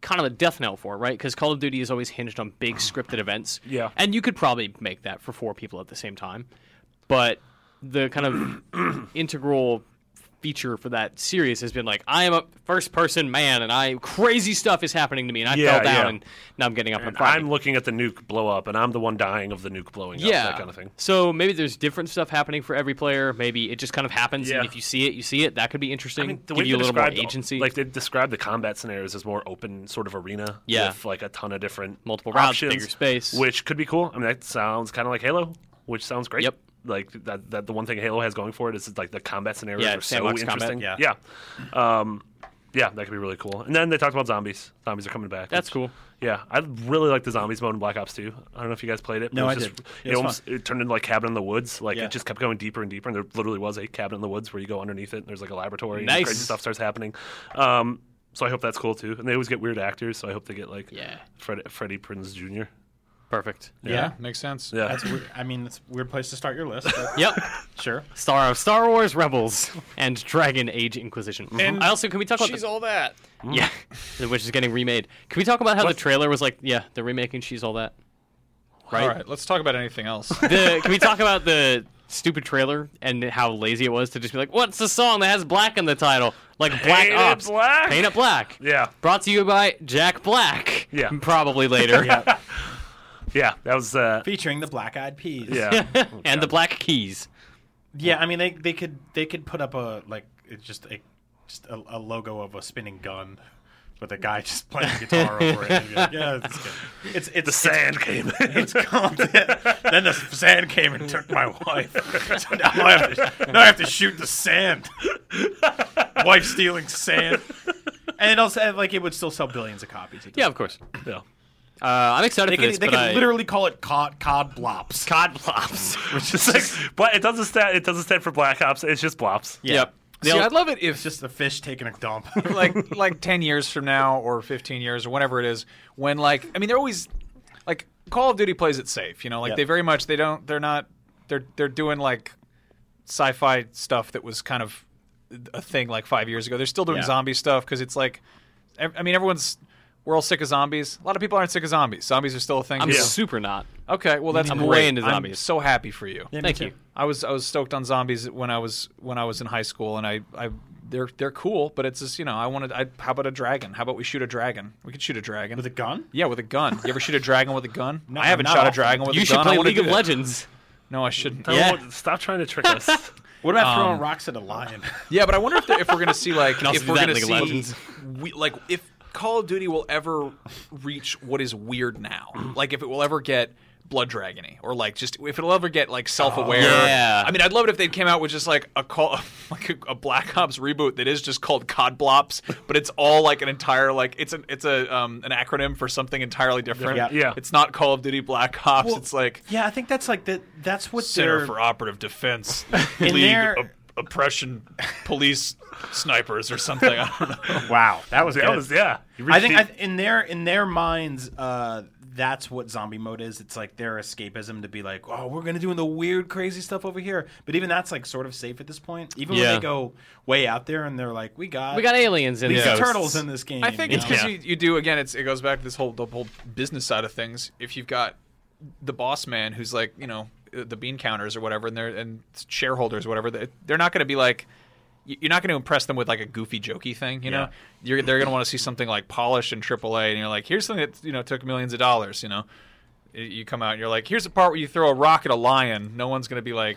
E: kind of a death knell for it, right? Because Call of Duty is always hinged on
D: [sighs]
E: big scripted events.
D: Yeah.
E: and you could probably make that
D: [clears throat]
E: for four people at the same time, but the kind of integral feature for that series has been like I am a first person man and I crazy stuff is happening to me and I
D: Yeah,
E: fell down
D: yeah.
E: and now I'm getting up and,
D: And
E: fighting.
D: I'm looking at the nuke blow up, and I'm the one dying of the nuke blowing
E: yeah,
D: up, that kind of thing.
E: So maybe there's different stuff happening for every player. Maybe it just kind of happens,
D: Yeah.
E: and if you see it, you see it. That could be interesting.
D: I mean, the way
E: Give you a
D: they
E: little more
D: described-
E: agency,
D: Like they describe the combat scenarios as more open sort of arena.
E: Yeah.
D: With like a ton of different
E: Multiple routes,
D: options,
E: bigger space.
D: which could be cool. I mean, that sounds kind of like Halo, which sounds great.
E: Yep.
D: Like that, that the one thing Halo has going for it is like the combat scenarios
E: Yeah,
D: are so
E: sandbox combat.
D: interesting. Yeah. Yeah. Um, yeah, that could be really cool. And then they talked about zombies. Zombies are coming back.
E: That's
D: which-
E: cool.
D: Yeah, I really like the zombies mode in Black Ops 2. I don't know if you guys played it. but
F: No,
D: it was
F: I
D: just,
F: did.
D: It,
F: It was
D: almost it turned into like cabin in the woods. Like
F: Yeah.
D: it just kept going deeper and deeper. And there literally was a cabin in the woods where you go underneath it and there's like a laboratory and
E: Nice.
D: crazy stuff starts happening. Um, so I hope that's cool too. And they always get weird actors, so I hope they get like
E: Yeah.
D: Fred, Freddie Prinze Jr.
E: perfect.
B: Yeah. makes sense.
D: Yeah,
F: That's weird. I mean, it's a weird place to start your list. But [laughs]
E: [laughs] Yep.
F: sure.
E: Star of Star Wars Rebels and Dragon Age Inquisition.
F: And
E: Mm-hmm. I also can we talk about
G: She's
E: the,
G: all that.
E: yeah, [laughs] which is getting remade. Can we talk about how the trailer was like? Yeah, they're remaking She's All That. Right.
B: All right, let's talk about anything else.
E: The, can we [laughs] talk about the stupid trailer and how lazy it was to just be like, "What's the song that has black in the title?" Like Black
D: Paint It
E: Ops,
D: Black.
E: Paint It Black.
D: yeah,
E: Brought to you by Jack Black.
D: Yeah.
E: Probably later.
D: yeah. That was [laughs] uh,
F: Featuring the Black Eyed Peas.
D: yeah.
E: [laughs] and the Black Keys.
F: Yeah, I mean they they could they could put up a like it's just a just a, a logo of a spinning gun with a guy just
D: [laughs]
F: playing guitar over it. And you're like, yeah, it's good. It's it's
D: the sand came. in.
F: It's calm. then the sand came and took my wife. [laughs] So now I have to, now I have to shoot the sand. wife stealing sand. And it also like it would still sell billions of copies. It
E: Yeah, of course.
D: yeah.
E: Uh, I'm
F: doesn't-
E: excited
F: they
E: for
F: could,
E: this,
F: they
E: but
F: could
E: I-
F: literally call it cod cod blops.
E: God blops.
D: Which is
E: [laughs]
D: like, [laughs] but it doesn't stand. It doesn't stand for Black Ops. It's just Blops.
E: Yep.
B: See, [laughs] I'd love it if
F: It's just a fish taking a
E: [laughs]
F: dump.
B: like like 10 years from now or 15 years or whatever it is when like i mean they're always like call of duty plays it safe you know like
F: Yeah.
B: they very much they don't they're not they're they're doing like sci-fi stuff that was kind of a thing like 5 years ago they're still doing
F: Yeah.
B: zombie stuff cuz it's like I I mean everyone's we're all sick of zombies. A lot of people aren't sick of zombies. Zombies are still a thing.
E: I'm
B: Yeah.
E: super not.
B: Okay, well that's
E: I'm
B: great.
E: way into
B: I'm
E: zombies.
B: so happy for you.
E: Thank you.
B: I was I was stoked on zombies when I was when I was in high school, and I, I they're they're cool, but it's just you know I wanted. I, how about a dragon? How about we shoot a dragon? We could shoot a dragon
F: with a gun.
B: yeah with a gun. You ever shoot a dragon with a gun?
F: [laughs] No,
B: I haven't
F: not
B: shot a
F: often.
B: dragon with
E: You
B: a
E: should
B: gun. I
E: play
B: wanna
E: League
B: do
E: of
B: that.
E: Legends.
B: No, I shouldn't.
D: I
B: Yeah,
D: don't want- Oh, Stop trying to trick us.
F: What about throwing rocks at a lion?
B: but I wonder if, they're- if we're gonna see
E: [laughs]
B: like
E: also
B: if
E: do
B: we're
E: that in
B: gonna
E: League of
B: see
E: Legends.
B: we, like if Call of Duty will ever reach what is weird
E: [clears throat]
B: now, like if it will ever get. Blood dragony, or like just if it'll ever get like self-aware.
E: Oh, Yeah.
B: I mean, I'd love it if they came out with just like a call, [laughs] like a, a Black Ops reboot that is just called Cod Blops, but it's all like an entire like it's an it's a um an acronym for something entirely different.
F: Yeah.
D: Yeah.
B: It's not Call of Duty Black Ops.
F: Well,
B: it's like
F: [laughs] yeah, I think that's like the, that's what
G: Center
F: they're
G: for Operative
B: [laughs]
G: Defense
F: In
G: League
F: there-
G: op- Oppression Police Snipers or something. I don't know.
F: [laughs] Wow, that was
D: that
F: good.
D: was yeah. You
F: I think I,
D: reached
F: in their in their minds, uh, that's what zombie mode is. It's like their escapism to be like, oh, we're gonna doing the weird, crazy stuff over here. But even that's like sort of safe at this point. Even
E: Yeah.
F: when they go way out there and they're like, we got
E: We got aliens in
F: these
E: there.
F: turtles in this game.
B: I think
F: you
B: it's
F: know?
B: because you, you do again. It's it goes back to this whole the whole business side of things. If you've got the boss man who's like you know uh, the bean counters or whatever, and they're and shareholders or whatever, they- they're not going to be like you- you're not going to impress them with like a goofy jokey thing. You know, you're they're going to want to see something like polished and AAA, and you're like, here's something that you know took millions of dollars. You know, Y- you come out and you're like, here's the part where you throw a rock at a lion. No one's going to be like,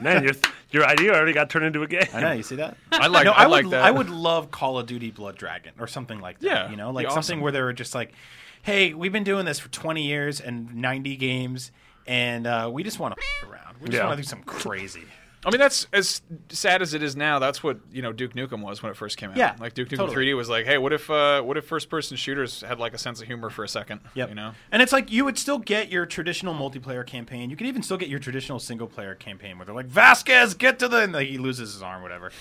D: man, your your idea already got turned into a game.
F: I know you see that.
B: I
F: [laughs]
B: like
F: no,
B: I,
F: I, would,
B: like that.
F: I would love Call of Duty Blood Dragon or something like that.
B: Yeah,
F: you know,
B: be
F: like
B: awesome.
F: something where they were just like, "Hey, we've been doing this for 20 years and 90 games, and uh, we just want to around. We just
D: Yeah.
F: want to do something crazy."
B: I mean, that's as sad as it is now. That's what you know Duke Nukem was when it first came out.
F: Yeah,
B: like Duke Nukem
F: totally.
B: 3D was like, hey, what if uh, what if first person shooters had like a sense of humor for a second?
F: Yep.
B: you know.
F: And it's like you would still get your traditional multiplayer campaign. You could even still get your traditional single player campaign where they're like, Vasquez, get to the. And like, he loses his arm, whatever.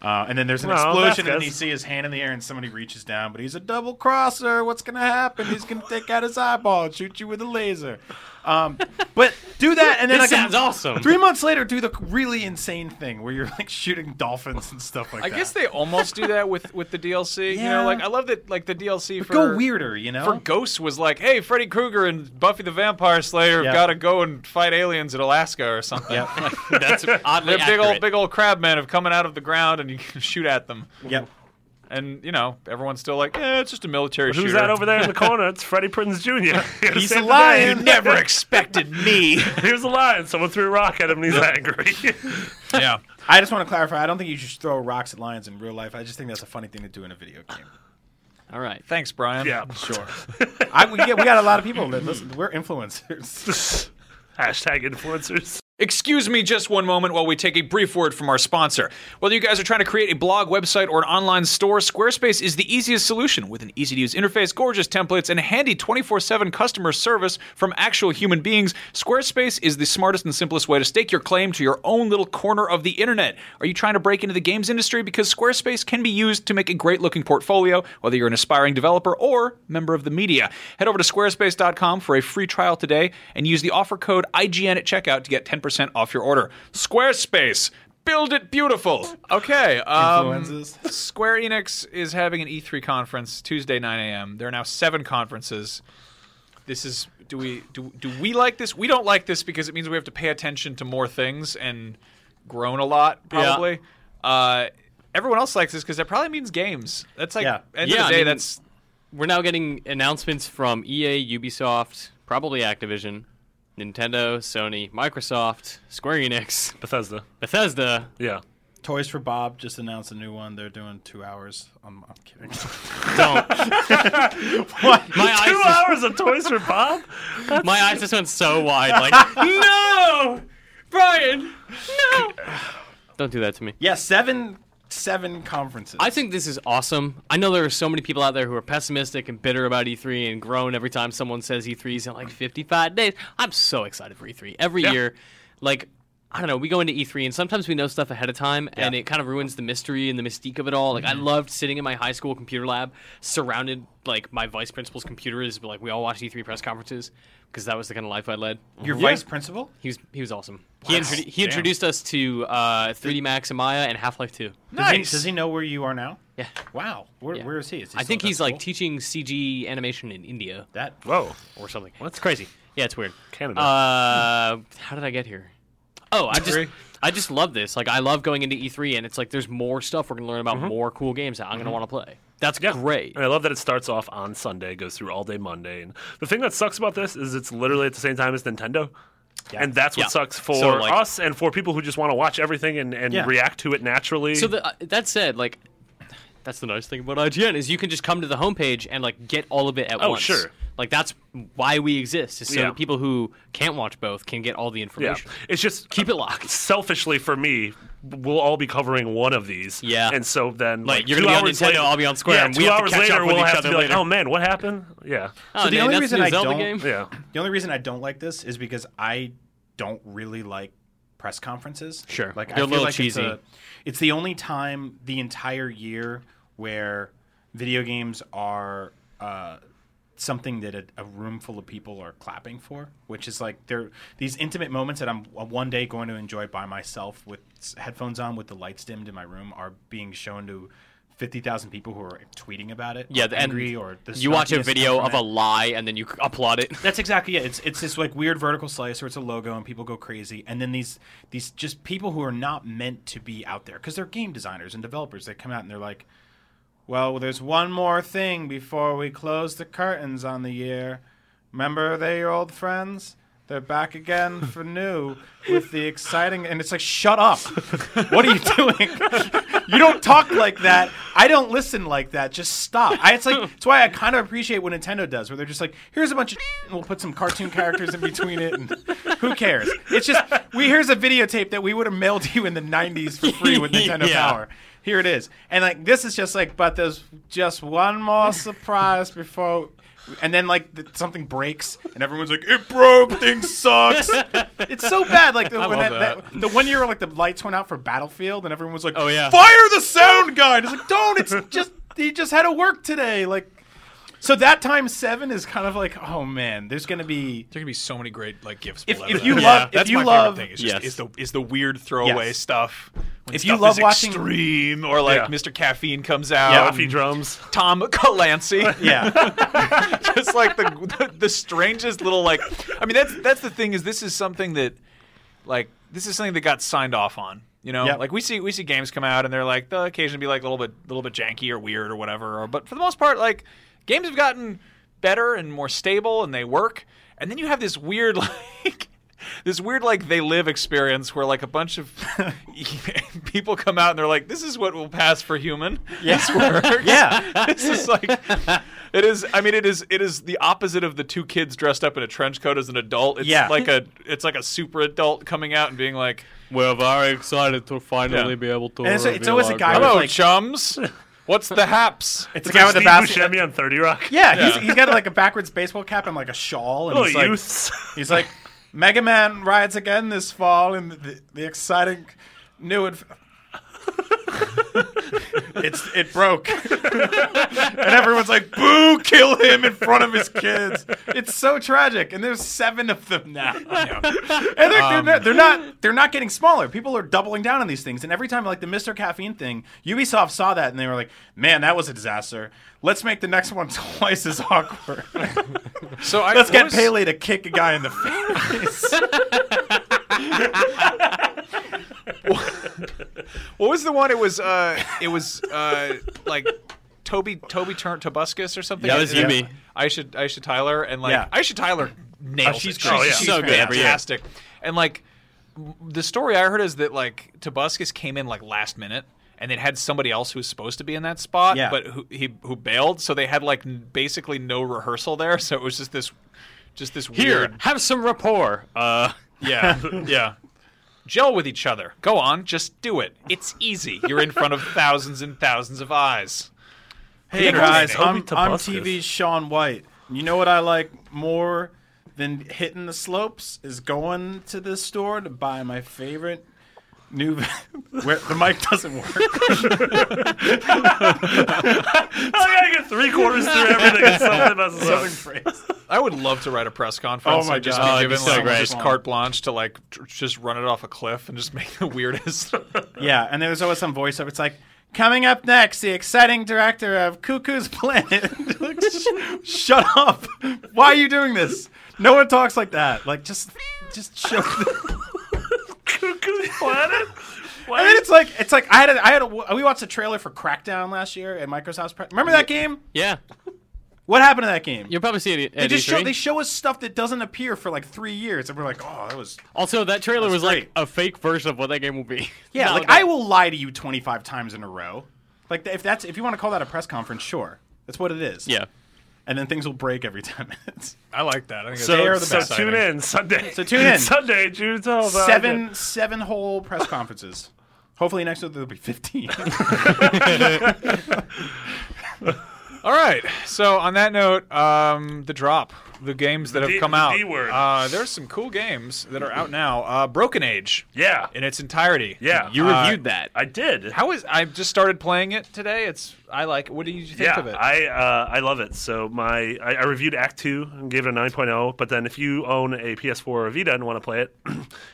F: Uh, and then there's an
D: Well,
F: explosion, and then
D: Vasquez.
F: you see his hand in the air, and somebody reaches down, but he's a double crosser. What's going to happen? He's going to take out his eyeball and shoot you with a laser. Um, but do that, and then
E: This
F: like,
E: sounds awesome.
F: Three months later, do the really insane thing where you're like shooting dolphins and stuff like
B: I
F: that.
B: guess they almost do that with with the DLC. You
F: Yeah.
B: know, like I love that like the DLC
F: But
B: for
F: go weirder, you know.
B: for Ghosts was like, hey, Freddy Krueger and Buffy the Vampire Slayer
F: Yeah.
B: have got to go and fight aliens in Alaska or something. [laughs]
F: Yep.
E: That's oddly
B: They're big old
E: accurate.
B: big old crab men have coming out of the ground and you can [laughs] shoot at them.
F: yep.
B: And you know, everyone's still like, eh, it's just a military
D: [laughs] Who's
B: shooter.
D: that over there in
F: [laughs]
D: the corner? It's Freddie Prinze [laughs] Jr.
F: He's a lion.
D: Never.
B: expected me.
D: [laughs] Here's a lion. Someone threw a rock at him and he's angry. [laughs]
B: yeah.
F: I just want to clarify. I don't think you should throw rocks at lions in real life. I just think that's a funny thing to do in a video game.
E: All right.
B: [laughs] Thanks, Brian.
D: yeah.
F: Sure. [laughs] I, we, yeah, we got a lot of people that listen.
E: Mm.
F: We're
E: [laughs]
F: influencers.
D: [laughs] Hashtag influencers.
B: Excuse me just one moment while we take a brief word from our sponsor. Whether you guys are trying to create a blog, website, or an online store, Squarespace is the easiest solution with an easy to use interface, gorgeous templates, and handy 24 7 customer service from actual human beings. Squarespace is the smartest and simplest way to stake your claim to your own little corner of the internet. Are you trying to break into the games industry? Because Squarespace can be used to make a great looking portfolio, whether you're an aspiring developer or member of the media. Head over to squarespace.com for a free trial today and use the offer code IGN at checkout to get 10% off your order. Squarespace, build it beautiful. Okay.
E: Mm-hmm.
B: Um,
F: Influences.
B: Square Enix is having an E3 conference Tuesday 9 a.m. There are now seven conferences. This is do we do do we like this? We don't like this because it means we have to pay attention to more things and grown a lot probably. Uh, everyone else likes this because that probably means games. That's like
F: Yeah.
B: end
E: Yeah,
B: of
E: I
B: the day.
E: mean-
B: that's
E: We're now getting announcements from EA, Ubisoft, probably Activision, Nintendo, Sony, Microsoft, Square Enix,
D: Bethesda.
E: Bethesda. [laughs]
D: Yeah.
F: Toys for Bob just announced a new one. They're doing two hours. I'm, I'm
E: [laughs]
F: kidding.
E: Don't. [laughs] My
D: Two
E: eyes,
D: hours of Toys for Bob?
E: just, my eyes just went so wide. Like, [laughs] no, Brian, no. Don't do that to me.
F: yeah, seven seven conferences.
E: I think this is awesome. I know there are so many people out there who are pessimistic and bitter about E3 and groan every time someone says E3 is in like 55 days. I'm so excited for E3 every year. Like, I don't know, we go into E3 and sometimes we know stuff ahead of time and it kind of ruins the mystery and the mystique of it all. Like, I loved sitting in my high school computer lab surrounded, like, my vice principal's computer is like, we all watched E3 press conferences because that was the kind of life I led.
F: your vice principal.
E: He was, he was awesome. He, introdu- he introduced us to uh, 3D Max and Maya and Half Life 2.
F: Does he- does he know where you are now?
E: Yeah.
F: Wow. Where,
E: Yeah.
F: where is he? Is he
E: I
F: still
E: think
F: at
E: he's
F: that
E: like
F: school?
E: teaching CG animation in India
F: that.
D: Whoa.
E: or something. That's crazy. Yeah, it's weird.
D: Canada.
E: Uh, how did I get here? Oh, I just I just love this. Like I love going into E3 and it's like there's more stuff we're gonna learn about, more cool games that I'm gonna want to play. That's great.
D: And I love that it starts off on Sunday, goes through all day Monday. And the thing that sucks about this is it's literally at the same time as Nintendo. And that's what
E: Yeah.
D: sucks for
E: So, like-
D: us and for people who just want to watch everything and, and
F: Yeah.
D: react to it naturally.
E: So the, uh, that said, like that's the nice thing about IGN is you can just come to the homepage and like get all of it at
D: Oh,
E: once.
D: sure.
E: Like that's why we exist, is so
D: Yeah.
E: that people who can't watch both can get all the
D: yeah.
E: information.
D: It's just
E: Keep it locked.
D: selfishly for me, we'll all be covering one of these.
E: Yeah.
D: And so then
E: Like,
D: like,
E: you're
D: two
E: gonna be on
D: hours
E: Nintendo,
D: later,
E: I'll be on Square,
D: Yeah,
E: and
D: two
E: we have to
D: hours
E: catch
D: later
E: up with
D: we'll
E: each
D: have
E: other
D: to be
E: later.
D: like, oh man, what happened?
E: [laughs]
D: Yeah.
F: So
E: Oh,
F: the
E: Nate,
F: only
E: that's
F: reason
E: new
F: I
E: Zelda
F: don't-
E: game?
D: Yeah.
F: The only reason I don't like this is because I don't really like press conferences.
E: Sure.
F: like
E: They're
F: I
E: a
F: feel
E: little
F: like
E: cheesy.
F: It's, a, it's the only time the entire year where video games are uh, something that a, a room full of people are clapping for, which is like they're these intimate moments that I'm uh, one day going to enjoy by myself with s- headphones on, with the lights dimmed in my room, are being shown to. Fifty thousand people who are tweeting about it,
E: Yeah,
F: or
E: the- and
F: angry or the
E: you watch a
F: snarkiness
E: video
F: from
E: of
F: it.
E: a lie and then you c- applaud it.
F: That's exactly it. It's it's this like weird vertical slice where it's a logo and people go crazy, and then these these just people who are not meant to be out there because they're game designers and developers. They come out and they're like, "Well, there's one more thing before we close the curtains on the year. Remember, they your old friends." They're back again for new with the exciting, and it's like, shut up! What are you [laughs] doing? you don't talk like that. I don't listen like that. Just stop. I, it's like it's why I kind of appreciate what Nintendo does, where they're just like, here's a bunch of and we'll put some cartoon characters in between it, and who cares? It's just we here's a videotape that we would have mailed you in the '90s for free with Nintendo
E: Yeah.
F: Power. Here it is, and like this is just like, but there's just one more surprise before. And then like th- something breaks, and everyone's like, "It broke. Things sucks." it's so bad. Like the, when
B: love
F: the one year like the lights went out for Battlefield, and everyone was like,
E: Oh,
F: [laughs]
E: yeah.
F: fire the sound guy." And It's like, don't. It's just he just had to work today. Like, So that time seven is kind of like, oh man, there's gonna be
B: There could be so many great like gifts.
F: If-
B: below
F: if
B: that.
F: you
B: Yeah,
F: love- if
B: that's
F: you
B: my
F: love-
B: favorite thing. Is, just,
E: Yes.
B: is the is the weird throwaway
F: Yes.
B: stuff. When
F: If
B: stuff
F: you love
B: is
F: watching-
B: extreme or like
D: Yeah.
B: Mr. Caffeine comes out,
F: Yeah.
D: Coffee drums.
B: Tom Calancy.
F: [laughs]
E: [laughs]
F: yeah.
B: [laughs] just like the, the the strangest little like I mean that's that's the thing is this is something that like this is something that got signed off on you know
F: Yep.
B: like we see we see games come out and they're like the occasion be like a little bit little bit janky or weird or whatever or, but for the most part like games have gotten better and more stable and they work and then you have this weird [laughs] like this weird like they live experience where like a bunch of [laughs] people come out and they're like this is what will pass for human [laughs]
F: yes, yeah.
B: this is like it is i mean it is it is the opposite of the two kids dressed up in a trench coat as an adult it's
F: Yeah.
B: like a it's like a super adult coming out and being like
E: We're very excited to finally
B: Yeah.
E: be able to.
F: And it's- it's reveal always a our guy with-
B: hello
F: like- [laughs]
B: chums what's the haps
F: It's,
D: It's
F: the guy
D: like
F: with the
D: Steve
F: basket.
D: Buscemi on Thirty Rock.
F: Yeah, He's, he's got like a backwards baseball cap and like a shawl, and
D: Little
F: he's like,
D: [laughs] youths.
F: he's like, Mega Man rides again this fall, and the, the exciting new. Adv- [laughs] it's it broke, [laughs] and everyone's like, "Boo! Kill him in front of his kids." It's so tragic, and there's seven of them now, and they're, they're, not, they're not they're not getting smaller. People are doubling down on these things, and every time like the Mister Caffeine thing, Ubisoft saw that and they were like, "Man, that was a disaster. Let's make the next one [laughs] twice as awkward."
B: so I,
F: Let's
B: what
F: get
B: was-
F: Pele to kick a guy in the [laughs] face.
B: what was the one it was uh it was uh like toby toby turn tobuscus or something
E: That was
B: Yeah.
E: Yumi.
B: i should i should tyler and like
F: Yeah.
B: i should tyler nails
D: Oh, she's
B: it.
D: great.
B: she's,
D: She's
B: she's
E: so good every year.
B: fantastic and like the story I heard is that like Tobuscus came in like last minute, and they had somebody else who was supposed to be in that spot,
F: Yeah.
B: but who he who bailed, so they had like n- basically no rehearsal there. So it was just this, just this
E: Here,
B: weird,
E: have some rapport. Uh,
B: yeah, [laughs] yeah. Gel with each other. Go on, just do it. It's easy. You're in front of thousands and thousands of eyes.
F: hey guys,
D: Toby
F: I'm, I'm
D: Tobuscus.
F: TV's Sean White. You know what I like more than hitting the slopes is going to the store to buy my favorite new. [laughs] Where the mic doesn't work.
D: Oh, I gotta get three quarters
F: [laughs]
D: through everything. and Something messes up.
B: I would love to write a press conference.
F: Oh my
B: and just
F: God.
B: be
F: Oh, it'd be
B: given
F: so
B: like
F: great.
B: just carte blanche to like tr- just run it off a cliff and just [laughs] make the weirdest.
F: yeah, and there's always some voiceover. It's like. Coming up next, the exciting director of Cuckoo's Planet. [laughs] Like, sh- Shut up! Why are you doing this? No one talks like that. Like just, just show.
D: [laughs] Cuckoo's Planet. Why
F: I mean, it's like it's like I had a, I had a, we watched a trailer for Crackdown last year at Microsoft's. Pre- Remember that game?
E: yeah,
F: What happened to that game?
E: you'll probably see it. E At
F: they just show
E: E3.
F: they show us stuff that doesn't appear for like three years, and we're like, oh, that was
E: also, that trailer was like
F: great.
E: a fake version of what that game will be.
F: yeah.
E: No,
F: like
E: no.
F: I will lie to you twenty five times in a row. Like if that's if you want to call that a press conference, sure, that's what it is.
E: Yeah.
F: and then things will break every [laughs] ten minutes.
B: I like that. I think
D: So,
F: They are the
D: so
F: best.
D: tune in Sunday. So
F: tune in.
D: [laughs] Sunday, June 12th.
F: seven seven whole press conferences. Hopefully next week there'll be fifteen.
B: All right. So on that note, um, the drop, the games that have
D: D-
B: come
D: the
B: out.
D: D word.
B: Uh, there's some cool games that are out now. Uh, Broken Age.
D: Yeah.
B: In its entirety.
D: Yeah.
E: you
B: Uh,
E: reviewed that.
D: I did.
B: How is? I just started playing it today. It's. I like. it. What did you think
D: yeah,
B: of it?
D: I uh, I love it. So my I, I reviewed Act Two and gave it a 9.0. But then if you own a PS4 or a Vita and want to play it, [clears throat]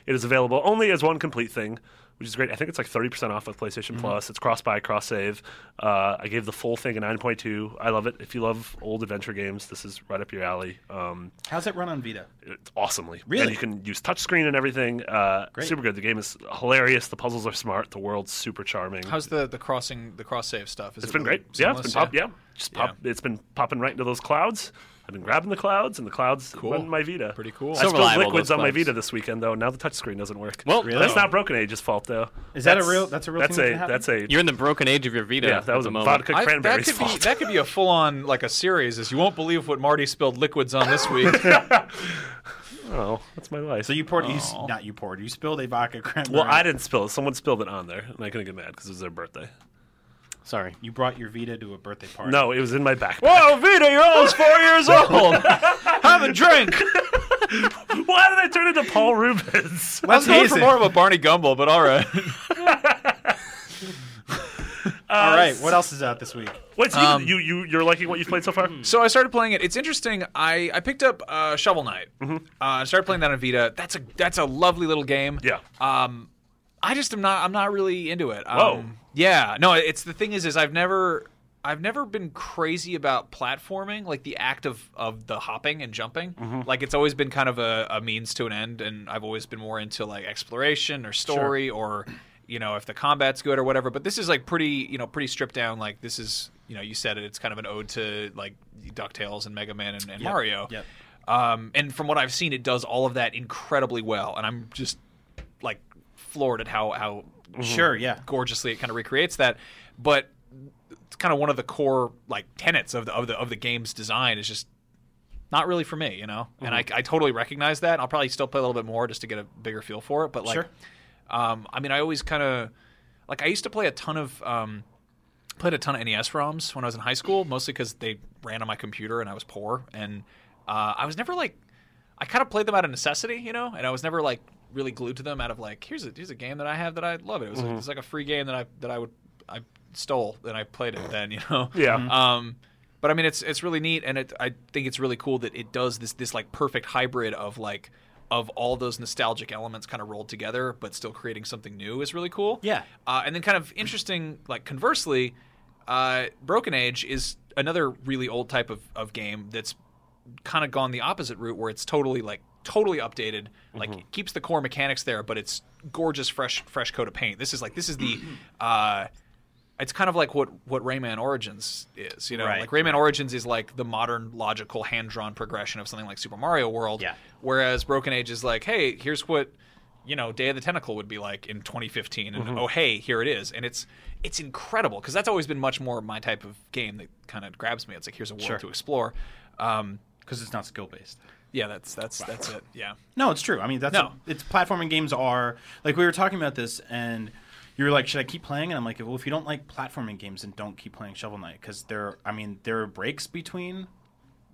D: it is available only as one complete thing, which is great. I think it's like 30% off with
B: Mm-hmm.
D: PlayStation Plus. It's cross buy, cross save. Uh, I gave the full thing a 9.2. I love it. If you love old adventure games, this is right up your alley. Um,
F: How's it run on Vita?
D: it's awesomely.
F: Really?
D: And you can use touchscreen and everything. Uh,
F: Great.
D: Super good. The game is hilarious. The puzzles are smart. The world's super charming.
B: How's the the crossing the cross save stuff? Is
D: It's been great. Yeah, it's been pop. Yeah, just pop. It's been popping right into those clouds. I've been grabbing the clouds, and the clouds cool. on my Vita.
B: Pretty cool.
D: I
E: So
D: spilled
E: reliable,
D: liquids
E: those
D: on my
E: clouds.
D: Vita this weekend, though. Now the touchscreen doesn't work.
E: Well,
D: that's not Broken Age's fault, though.
F: Is that a real- that's a real
D: That's
F: thing that
D: a.
F: can happen?
D: that's a.
E: you're in the broken age of your Vita.
D: yeah, that was
E: at
D: a
E: the moment.
D: vodka
B: I- that
D: cranberry's
B: could be
D: fault.
B: that could be a full on like a series. Is you won't believe what Marty spilled liquids on this
D: [laughs]
B: week.
D: [laughs] oh, that's my life.
F: So you poured, you, s- not you poured, you spilled a vodka cranberry.
D: well, I didn't spill it. Someone spilled it on there, and I couldn't get mad because it was their birthday.
E: Sorry.
F: You brought your Vita to a birthday party.
D: No, it was in my backpack.
B: Whoa, Vita, you're almost four
D: [laughs]
B: years old. Have a drink.
D: Why did I turn into Paul Rubens?
B: I was
F: Let's
B: going
F: haze
B: for
F: it.
B: more of a Barney Gumble, but all right.
F: [laughs] All right, what else is out this week?
D: Wait, so you, you you you're liking what you've played so far?
B: So I started playing it. It's interesting. I, I picked up uh, Shovel Knight.
D: Mm-hmm.
B: Uh, I started playing that on Vita. That's a that's a lovely little game.
D: Yeah.
B: Um, I just am not I'm not really into it. Um,
D: Whoa.
B: Yeah. No. It's the thing is is I've never I've never been crazy about platforming, like the act of of the hopping and jumping. Like it's always been kind of a, a means to an end, and I've always been more into like exploration or story or you know if the combat's good or whatever. But this is like pretty you know pretty stripped down. Like this is you know you said it. It's kind of an ode to like Ducktales and Mega Man and, and Mario.
F: Yep.
B: Um, and from what I've seen, it does all of that incredibly well, and I'm just like floored at how how
F: Sure, yeah.
B: gorgeously it kind of recreates that. But it's kind of one of the core like tenets of the of the of the game's design is just not really for me, you know. And I, I totally recognize that. I'll probably still play a little bit more just to get a bigger feel for it. But like,
F: Sure.
B: um, I mean, I always kind of like I used to play a ton of um, played a ton of NES ROMs when I was in high school, mostly because they ran on my computer and I was poor, and uh, I was never like I kind of played them out of necessity, you know, and I was never like really glued to them out of like here's a here's a game that I have that I love it. It was like, it's like a free game that I that I would I stole and I played it then, [laughs] you know.
D: Yeah.
B: Um, but I mean, it's it's really neat, and it, I think it's really cool that it does this this like perfect hybrid of like of all those nostalgic elements kind of rolled together, but still creating something new is really cool.
F: Yeah.
B: uh, and then kind of interesting, like conversely, uh, Broken Age is another really old type of, of game that's kind of gone the opposite route where it's totally like totally updated like
F: Mm-hmm.
B: it keeps the core mechanics there but it's gorgeous fresh fresh coat of paint this is like this is
F: [clears throat]
B: the uh it's kind of like what what Rayman Origins is, you know.
F: Right,
B: like Rayman Origins is like the modern logical hand drawn progression of something like Super Mario World.
F: Yeah.
B: Whereas Broken Age is like, hey, here's what you know Day of the Tentacle would be like in 2015, and oh hey, here it is, and it's it's incredible because that's always been much more my type of game that kind of grabs me. It's like here's a world
F: Sure.
B: to explore. Um,
F: Because it's not skill based.
B: yeah, that's that's that's it. Yeah.
F: No, it's true. I mean, that's
B: No.
F: it's platforming games are like we were talking about this, and you were like, "Should I keep playing?" And I'm like, "Well, if you don't like platforming games, then don't keep playing Shovel Knight because there, I mean, there are breaks between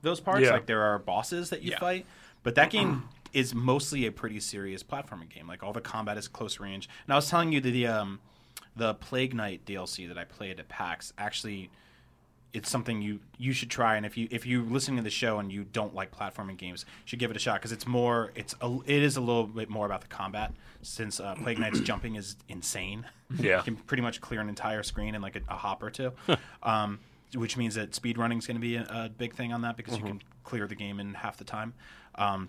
F: those parts.
D: Yeah.
F: Like there are bosses that you
B: Yeah.
F: fight, but that game is mostly a pretty serious platforming game. Like all the combat is close range. And I was telling you that the um, the Plague Knight DLC that I played at PAX actually it's something you you should try and if you if you listening to the show and you don't like platforming games you should give it a shot because it's more it's a, it is a little bit more about the combat since uh, plague knight's jumping is insane
D: Yeah.
F: you can pretty much clear an entire screen in like a, a hop or two um, which means that speed running is going to be a, a big thing on that because you can clear the game in half the time um,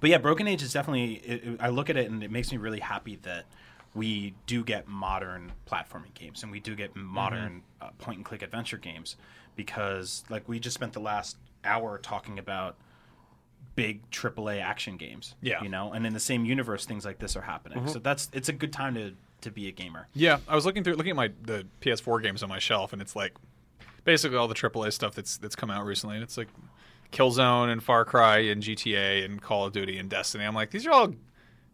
F: but yeah, Broken Age is definitely. It, it- I look at it and it makes me really happy that we do get modern platforming games and we do get modern
B: Mm-hmm.
F: uh, point and click adventure games because like we just spent the last hour talking about big AAA action games.
B: Yeah. Mm-hmm.
F: you know, and in the same universe, things like this are happening. So that's it's a good time to to be a gamer.
B: Yeah, I was looking through looking at my the PS4 games on my shelf, and it's like basically all the AAA stuff that's that's come out recently, and it's like Killzone and Far Cry and GTA and Call of Duty and Destiny. I'm like, these are all,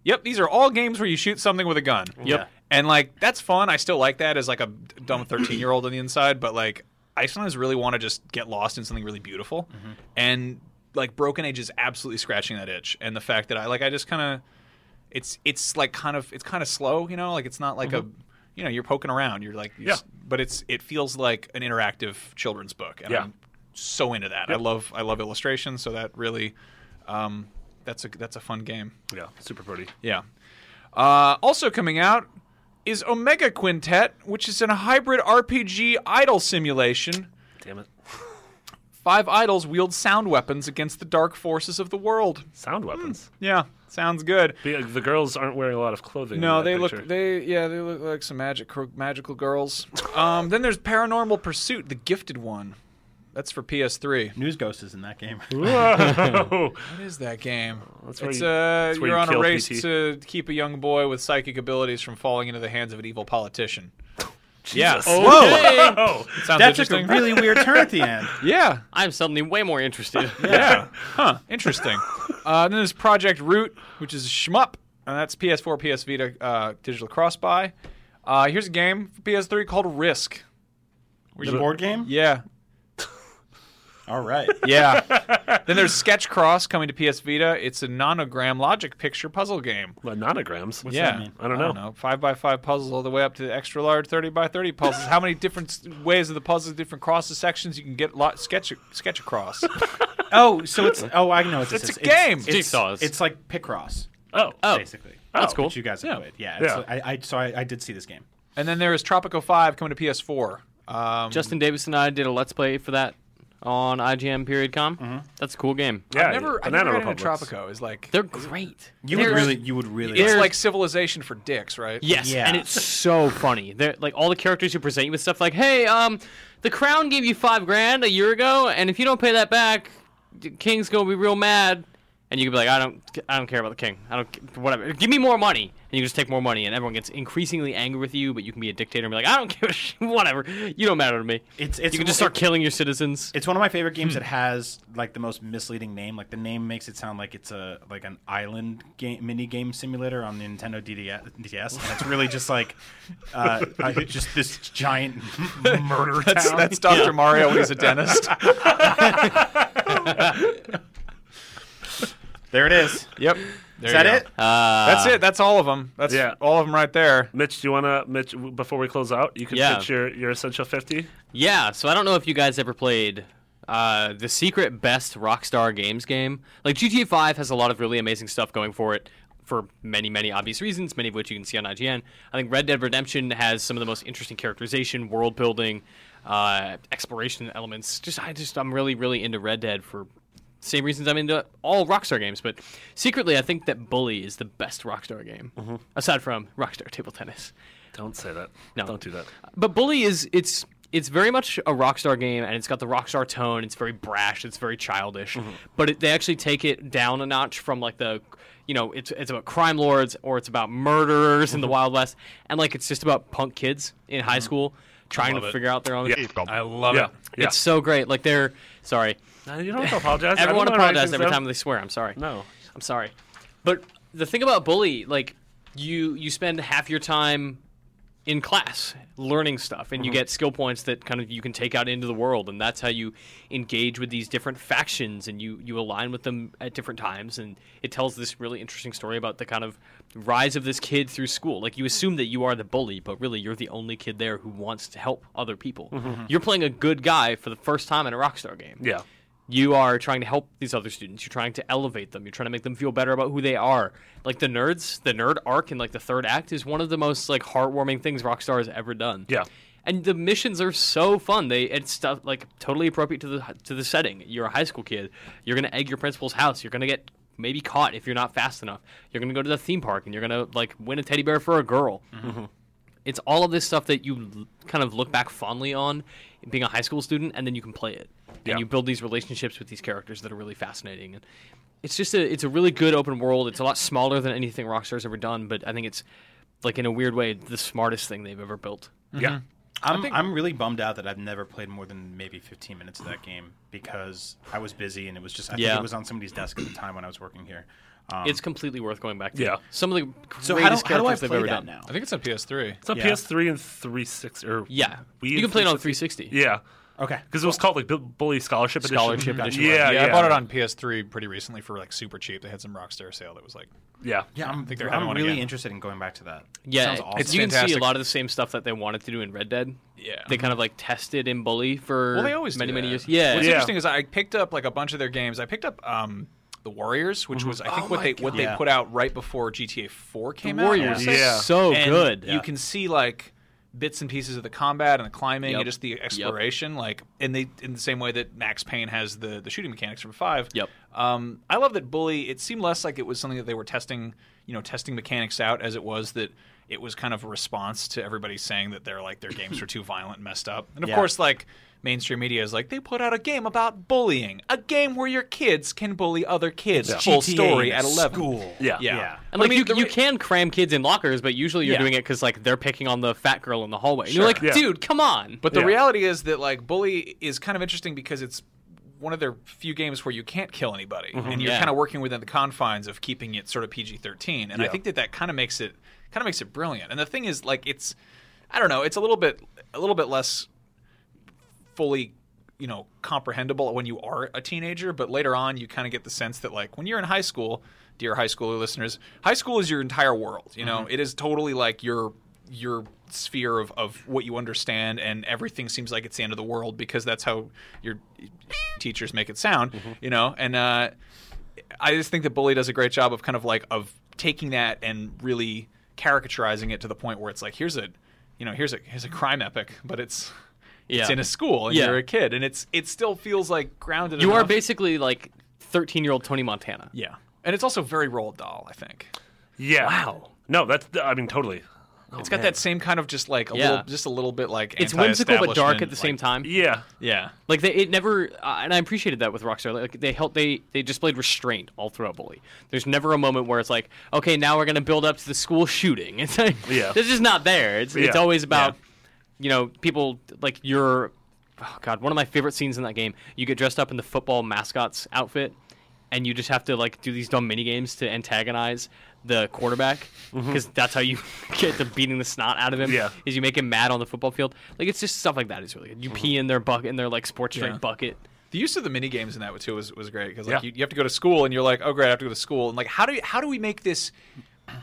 B: yep, these are all games where you shoot something with a gun.
F: Yep.
B: and like that's fun. I still like that as like a dumb 13 year old on the inside, but like I sometimes really want to just get lost in something really beautiful, and like Broken Age is absolutely scratching that itch, and the fact that I like I just kind of it's it's like kind of it's kind of slow, you know, like it's not like a you know, you're poking around, you're like you s- but it's it feels like an interactive children's book and
D: Yeah.
B: I'm so into that. I love I love illustrations, so that really um that's a that's a fun game.
D: Yeah, super pretty.
B: Yeah. Uh, also coming out is Omega Quintet, which is a hybrid RPG idol simulation.
D: Damn it.
B: Five idols wield sound weapons against the dark forces of the world.
D: Sound weapons.
B: Yeah, sounds good.
D: Hmm. The, the girls aren't wearing a lot of clothing. in
B: No,
D: that
B: they
D: picture.
B: look they yeah they look like some magic magical girls. Um, then there's Paranormal Pursuit, the Gifted One. That's for PS3.
F: News Ghost is in that game.
D: Whoa.
B: What is that game? That's
D: where
B: it's
D: you-
B: uh,
D: that's where
B: you're
D: you
B: on a
D: kill
B: race
D: PT.
B: to keep a young boy with psychic abilities from falling into the hands of an evil
D: [laughs]
B: politician. Yeah,
D: Jesus.
B: oh,
D: Whoa.
B: sounds
F: [laughs] that took a
B: interesting.
F: really weird turn at the end.
B: [laughs] yeah,
E: I'm suddenly way more interested. [laughs]
B: yeah, huh? [laughs] Interesting. Uh, then there's Project Root, which is a shmup, and that's PS4, PS Vita, uh, digital cross buy. Uh, here's a game for PS3 called Risk.
F: The board game.
B: Yeah.
F: All right.
B: Yeah. [laughs] then there's Sketch Cross coming to PS Vita. It's a nonogram logic picture puzzle game.
D: Well, Nonograms. What's
B: yeah,
D: that mean? I don't know.
B: Five by five puzzles, all the way up to the extra large thirty by thirty puzzles. How many different s- ways of the puzzle, different cross sections you can get? Lot, sketch sketch across. [laughs]
F: Oh, so it's oh I know what this
B: It's
F: is.
B: a game.
F: It's,
E: Jigsaws.
F: it's, it's like Picross,
D: Oh, oh,
F: basically.
E: That's cool.
F: Which you guys have
D: Yeah.
F: played. Yeah. it's-
D: Yeah.
F: I, I so I, I did see this game.
B: and then there is Tropico Five coming to PS4. Um,
E: Justin Davis and I did a let's play for that on IGN period com. That's a cool game.
D: yeah.
B: I've never, I
D: Banana
B: never got into
D: Republics.
B: Tropico. Is like
E: They're great.
F: You
E: They're-
F: would really you would really
B: it's
E: There's-
B: like Civilization for dicks, right?
E: Yes,
F: Yeah.
E: and it's so funny. They're like all the characters who present you with stuff like, "Hey, um, the crown gave you five grand a year ago, and if you don't pay that back, the king's gonna be real mad." And you can be like, "I don't, I don't care about the king. I don't, whatever. Give me more money." And you just take more money, and everyone gets increasingly angry with you. But you can be a dictator and be like, "I don't [laughs] give a shit. Whatever. You don't matter to me."
F: It's- it's-
E: you can just start killing your citizens.
F: It's one of my favorite games that has like the most misleading name. Like the name makes it sound like it's a like an island game mini game simulator on the Nintendo DDS, DS, and it's really just like uh, uh, just this giant murder
B: That's, [laughs] [laughs]
F: town.
B: that's Dr. Mario when he's a
D: [laughs]
B: dentist.
F: there it is.
B: yep.
F: Is that it?
B: That's it. That's all of them. That's
D: Yeah.
B: all of them right there.
D: Mitch, do you want to, Mitch, w- before we close out, you can
E: Yeah.
D: pitch your, your Essential 50?
E: Yeah, so I don't know if you guys ever played uh, the secret best Rockstar Games game. Like GTA 5 has a lot of really amazing stuff going for it for many, many obvious reasons, many of which you can see on IGN. I think Red Dead Redemption has some of the most interesting characterization, world building, uh, exploration elements. Just I just I'm really really into Red Dead for same reasons I'm into all Rockstar games, but secretly I think that Bully is the best Rockstar game aside from Rockstar Table Tennis.
D: Don't say that.
E: No.
D: Don't do that.
E: But Bully is it's it's very much a Rockstar game, and it's got the Rockstar tone. It's very brash. It's very childish.
D: Mm-hmm.
E: But it, they actually take it down a notch from like the, you know, it's it's about crime lords or it's about murderers
D: Mm-hmm.
E: in the Wild West, and like it's just about punk kids in high school trying to figure out their own.
B: I love
D: Yeah. yeah.
E: It's so great. Like they're sorry.
D: No, you don't have to
E: [laughs]
D: apologize. I don't
E: Everyone
D: know how you
E: apologizes
D: think
E: every
D: so.
E: time they swear. I'm sorry.
D: No.
E: I'm sorry. But the thing about bully, like you you spend half your time in class learning stuff and you get skill points that kind of you can take out into the world and that's how you engage with these different factions and you you align with them at different times and it tells this really interesting story about the kind of rise of this kid through school like you assume that you are the bully but really you're the only kid there who wants to help other people you're playing a good guy for the first time in a rockstar game
D: Yeah.
E: you are trying to help these other students. You're trying to elevate them. You're trying to make them feel better about who they are. Like the nerds, the nerd arc in like the third act is one of the most like heartwarming things Rockstar has ever done.
D: Yeah.
E: And the missions are so fun. They it's stuff like totally appropriate to the to the setting. You're a high school kid. You're gonna egg your principal's house. You're gonna get maybe caught if you're not fast enough. You're gonna go to the theme park and you're gonna like win a teddy bear for a girl it's all of this stuff that you l- kind of look back fondly on being a high school student and then you can play it and
D: Yeah.
E: you build these relationships with these characters that are really fascinating and it's just a it's a really good open world it's a lot smaller than anything rockstar's ever done but i think it's like in a weird way the smartest thing they've ever built
D: Yeah.
F: I'm I'm really bummed out that I've never played more than maybe 15 minutes of that game because I was busy and it was just I
E: Yeah.
F: think it was on somebody's desk at the time when I was working here. Um,
E: it's completely worth going back to
D: Yeah.
E: some of the greatest
F: so how do,
E: characters
F: how do I
E: they've
F: play
E: ever
F: that
E: done
F: now?
B: I think it's on PS3.
D: It's on
F: Yeah.
D: PS3 and 360. Or
E: yeah
D: Wii
E: you
D: and
E: can play it on
D: 360.
E: 360
D: Yeah.
F: Okay.
D: Because it was called like Bu- Bully Scholarship Edition. Mm-hmm.
E: Scholarship Edition, right.
B: Yeah,
D: Yeah, yeah.
B: I bought it on PS3 pretty recently for like super cheap. They had some Rockstar sale that was like
D: Yeah.
F: Yeah, I'm,
B: think they're having
F: I'm
B: one
F: really
B: again.
F: interested in going back to that.
E: Yeah,
F: Sounds awesome.
E: it's- you can see a
B: Fantastic.
E: lot of the same stuff that they wanted to do in Red Dead.
B: Yeah.
E: they kind of like tested in Bully for
B: Well, they always do
E: many many
B: that.
E: years. Yeah,
B: What's
D: Yeah.
B: interesting is I picked up like a bunch of their games. I picked up um, the Warriors,
E: Mm-hmm.
B: which was I
E: Oh
B: think what they what they
F: Yeah.
B: put out right before GTA 4 came out. I wanna
E: Warriors,
B: say.
D: Yeah.
E: so
B: And
E: good.
B: You can see like bits and pieces of the combat and the climbing
E: Yep.
B: and just the exploration, like and they in the same way that Max Payne has the the shooting mechanics from Five.
E: Yep.
B: Um, I love that Bully. It seemed less like it was something that they were testing, you know, testing mechanics out as it was that it was kind of a response to everybody saying that they're like their games
F: [laughs]
B: were too violent and messed up. And of
F: Yeah.
B: course, like mainstream media is like they put out a game about bullying, a game where your kids can bully other kids. Full
F: GTA
B: story
F: in
B: at eleven.
F: School.
D: Yeah.
B: Yeah.
F: Yeah.
E: And
B: But I
E: like
B: mean,
E: you,
B: the
E: you
B: re-
E: can cram kids in lockers, but usually you're
B: Yeah.
E: doing it because like they're picking on the fat girl in the hallway. And you're
B: Sure.
E: like,
D: Yeah.
E: dude, come on.
B: But the
D: Yeah.
B: reality is that like Bully is kind of interesting because it's one of their few games where you can't kill anybody,
D: Mm-hmm.
B: and you're
E: Yeah.
B: kind of working within the confines of keeping it sort of PG-13. And I
D: Yeah.
B: think that that kind of makes it kind of makes it brilliant. And the thing is, like, it's I don't know, it's a little bit a little bit less fully you know comprehensible when you are a teenager, but later on you kind of get the sense that like when you're in high school, dear high schooler listeners, high school is your entire world. You know, It is totally like your your sphere of, of what you understand and everything seems like it's the end of the world because that's how your teachers make it sound you know and uh, i just think that bully does a great job of kind of like of taking that and really caricaturizing it to the point where it's like here's a you know here's a here's a crime epic but it's it's
E: Yeah.
B: in a school and
E: Yeah.
B: you're a kid and it's it still feels like grounded
E: You are
B: enough.
E: basically like 13 year old Tony Montana.
B: yeah and it's also very Roald Dahl, I think.
D: Yeah. Wow. No, that's I mean totally.
B: it's got that same kind of just like a
E: Yeah.
B: little, just a little bit like
E: Oh, It's whimsical but dark at the same
B: time.
E: time.
D: Yeah.
B: Yeah,
E: Like they, it never, uh, and I appreciated that with Rockstar. Like they helped, they they displayed restraint all throughout Bully. There's never a moment where it's like, okay, now we're gonna build up to the school shooting. [laughs] It's like,
D: Yeah.
E: this is not there. It's it's
D: Yeah.
E: always about, you know, people like your, oh god, one of my favorite scenes in that game. You get dressed up in the football mascot's outfit, and you just have to like do these dumb mini games to antagonize the quarterback
B: Mm-hmm.
E: because that's how you [laughs] get to beating the snot out of him
D: Yeah.
E: is you make him mad on the football field. Like it's just stuff like that is really good. You pee in their bucket in their like sports drink
B: Mm-hmm. Yeah.
E: bucket.
B: the use of the mini games in that too was, was great because like
D: Yeah.
B: you, you have to go to school and you're like, oh great, I have to go to school and like how do you, how do we make this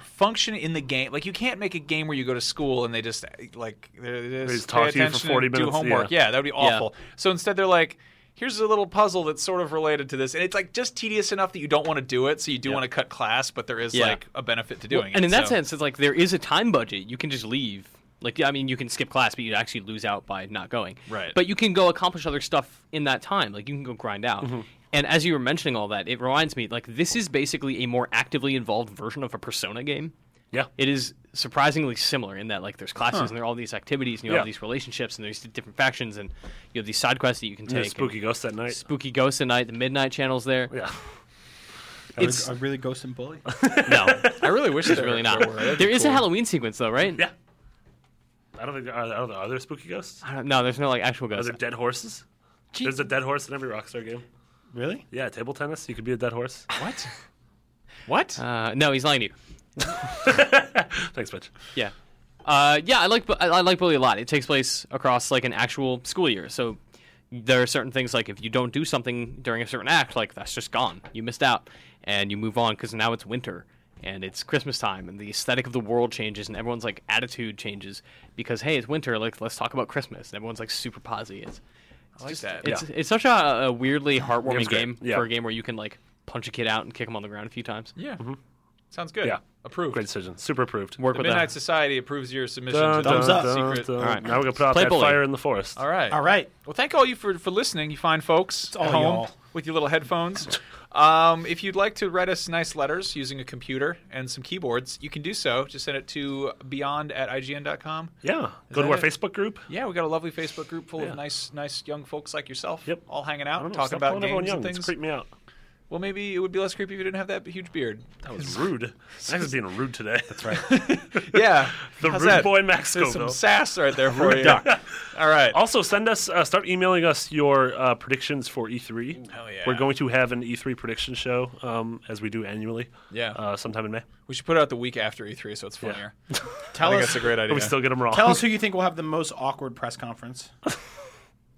B: function in the game? Like you can't make a game where you go to school and they just like they just,
D: just talk
B: pay
D: to you for
B: attention
D: 40
B: and
D: minutes,
B: do homework.
D: yeah.
B: Yeah, that would be awful. So instead, they're like. Here's a little puzzle that's sort of related to this, and it's like just tedious enough that you don't want to do it, so you do want to cut class, but there is
E: Yeah.
B: like a benefit to doing it.
E: and in that
B: so-
E: sense, it's like there is a time budget. You can just leave. Like I mean, you can skip class, but you actually lose out by not going.
B: Right.
E: But you can go accomplish other stuff in that time. Like you can go grind out.
B: Mm-hmm.
E: And as you were mentioning all that, it reminds me like this is basically a more actively involved version of a Persona game.
D: Yeah.
E: it is surprisingly similar in that like there's classes and there are all these activities and you have
D: Yeah.
E: these relationships and there's different factions and you have these side quests that you can take.
D: The spooky
E: and
D: ghost that night.
E: spooky ghost at night. The midnight channel's there.
D: yeah.
E: It's
F: I really ghost
B: [laughs]
F: and bully.
E: no, I really wish it's really not. There is a Halloween sequence though, right?
D: Yeah. I don't think there are, are there, are there spooky ghosts?
E: I don't, no, there's no like actual
D: Are
E: ghosts.
D: there dead horses? There's a dead horse in every Rockstar game.
F: really?
D: Yeah, table tennis. You could be a dead
B: [laughs]
D: horse.
B: what? What?
E: Uh, no, he's lying to you.
D: Thanks, Mitch.
E: Yeah. Uh, yeah, I like Bu- I I like Bully a lot. It takes place across like an actual school year, so there are certain things like if you don't do something during a certain act, like that's just gone. You missed out, and you move on because now it's winter and it's Christmas time, and the aesthetic of the world changes, and everyone's like attitude changes because hey, it's winter. Like let's talk about Christmas. And everyone's like super posy. It's
B: I like that.
E: it's, it's such a, a weirdly heartwarming
D: Game's great.
E: game
D: Yeah.
E: for a game where you can like punch a kid out and kick him on the ground a few times.
B: yeah, sounds good.
D: Mm-hmm. Yeah.
B: approved.
D: Great decision. Super approved.
E: Work
B: The
E: with that.
B: Midnight Society approves your submission
D: Dun,
B: to the
D: dun,
F: Thumbs up.
D: dun,
B: secret.
D: dun.
E: All right.
D: Now we gotta put out
E: Play
D: that
E: bully.
D: fire in the forest.
B: All right.
F: All right.
B: Well, thank all you for, for listening, you fine folks at
F: all
B: home
F: y'all.
B: with your little
F: [laughs]
B: headphones. Um, if you'd like to write us nice letters using a computer and some keyboards, you can do so. Just send it to beyond at ign.com.
D: Yeah. Go to
B: that
D: our
B: it?
D: Facebook group.
B: Yeah, we got a lovely Facebook group full
D: Yeah.
B: of nice, nice young folks like yourself.
D: Yep.
B: All hanging
D: I
B: out,
D: don't know,
B: talking
D: stop
B: about
D: calling everyone
B: games
D: young.
B: and
D: It's
B: things.
D: creeped me out.
B: Well, maybe it would be less creepy if you didn't have that huge beard.
D: [laughs]
B: [laughs]
D: That was rude. Max is being rude today. That's right.
B: yeah.
D: [laughs] The
B: How's
D: rude
B: that?
D: boy Max
B: There's some
D: Scoville.
B: sass right
D: [laughs]
B: there for you.
F: duck.
B: All right.
D: Also, send us, uh, start emailing us your uh, predictions for E3.
B: Hell yeah.
D: We're going to have an E3 prediction show um, as we do annually.
B: Yeah.
D: Uh, sometime in May.
B: we should put it out the week after E3 so it's
D: [laughs]
B: funnier. I
F: Tell
B: think
F: us.
B: that's a great
D: But
B: idea.
D: we still get them wrong.
F: Tell
B: [laughs]
F: us who you think will have the most awkward press conference.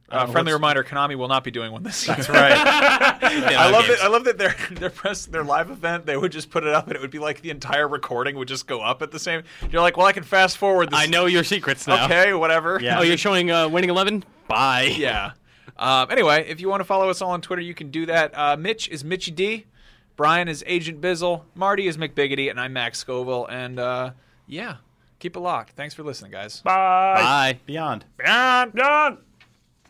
B: Uh, friendly reminder: Konami will not be doing one this year.
F: right.
B: [laughs] I love it. I love that their their press their live event they would just put it up and it would be like the entire recording would just go up at the same. You're like, well, I can fast forward. This.
E: I know your secrets now.
B: Okay, whatever.
F: Yeah.
E: Oh, you're showing uh, winning eleven. Bye.
B: [laughs] yeah. Um, anyway, if you want to follow us all on Twitter, you can do that. Uh, Mitch is Mitchy D. Brian is Agent Bizzle. Marty is McBiggity, and I'm Max Scoville. And uh, yeah, keep it locked. Thanks for listening, guys.
D: Bye.
E: Bye.
F: Beyond.
D: Beyond. Beyond.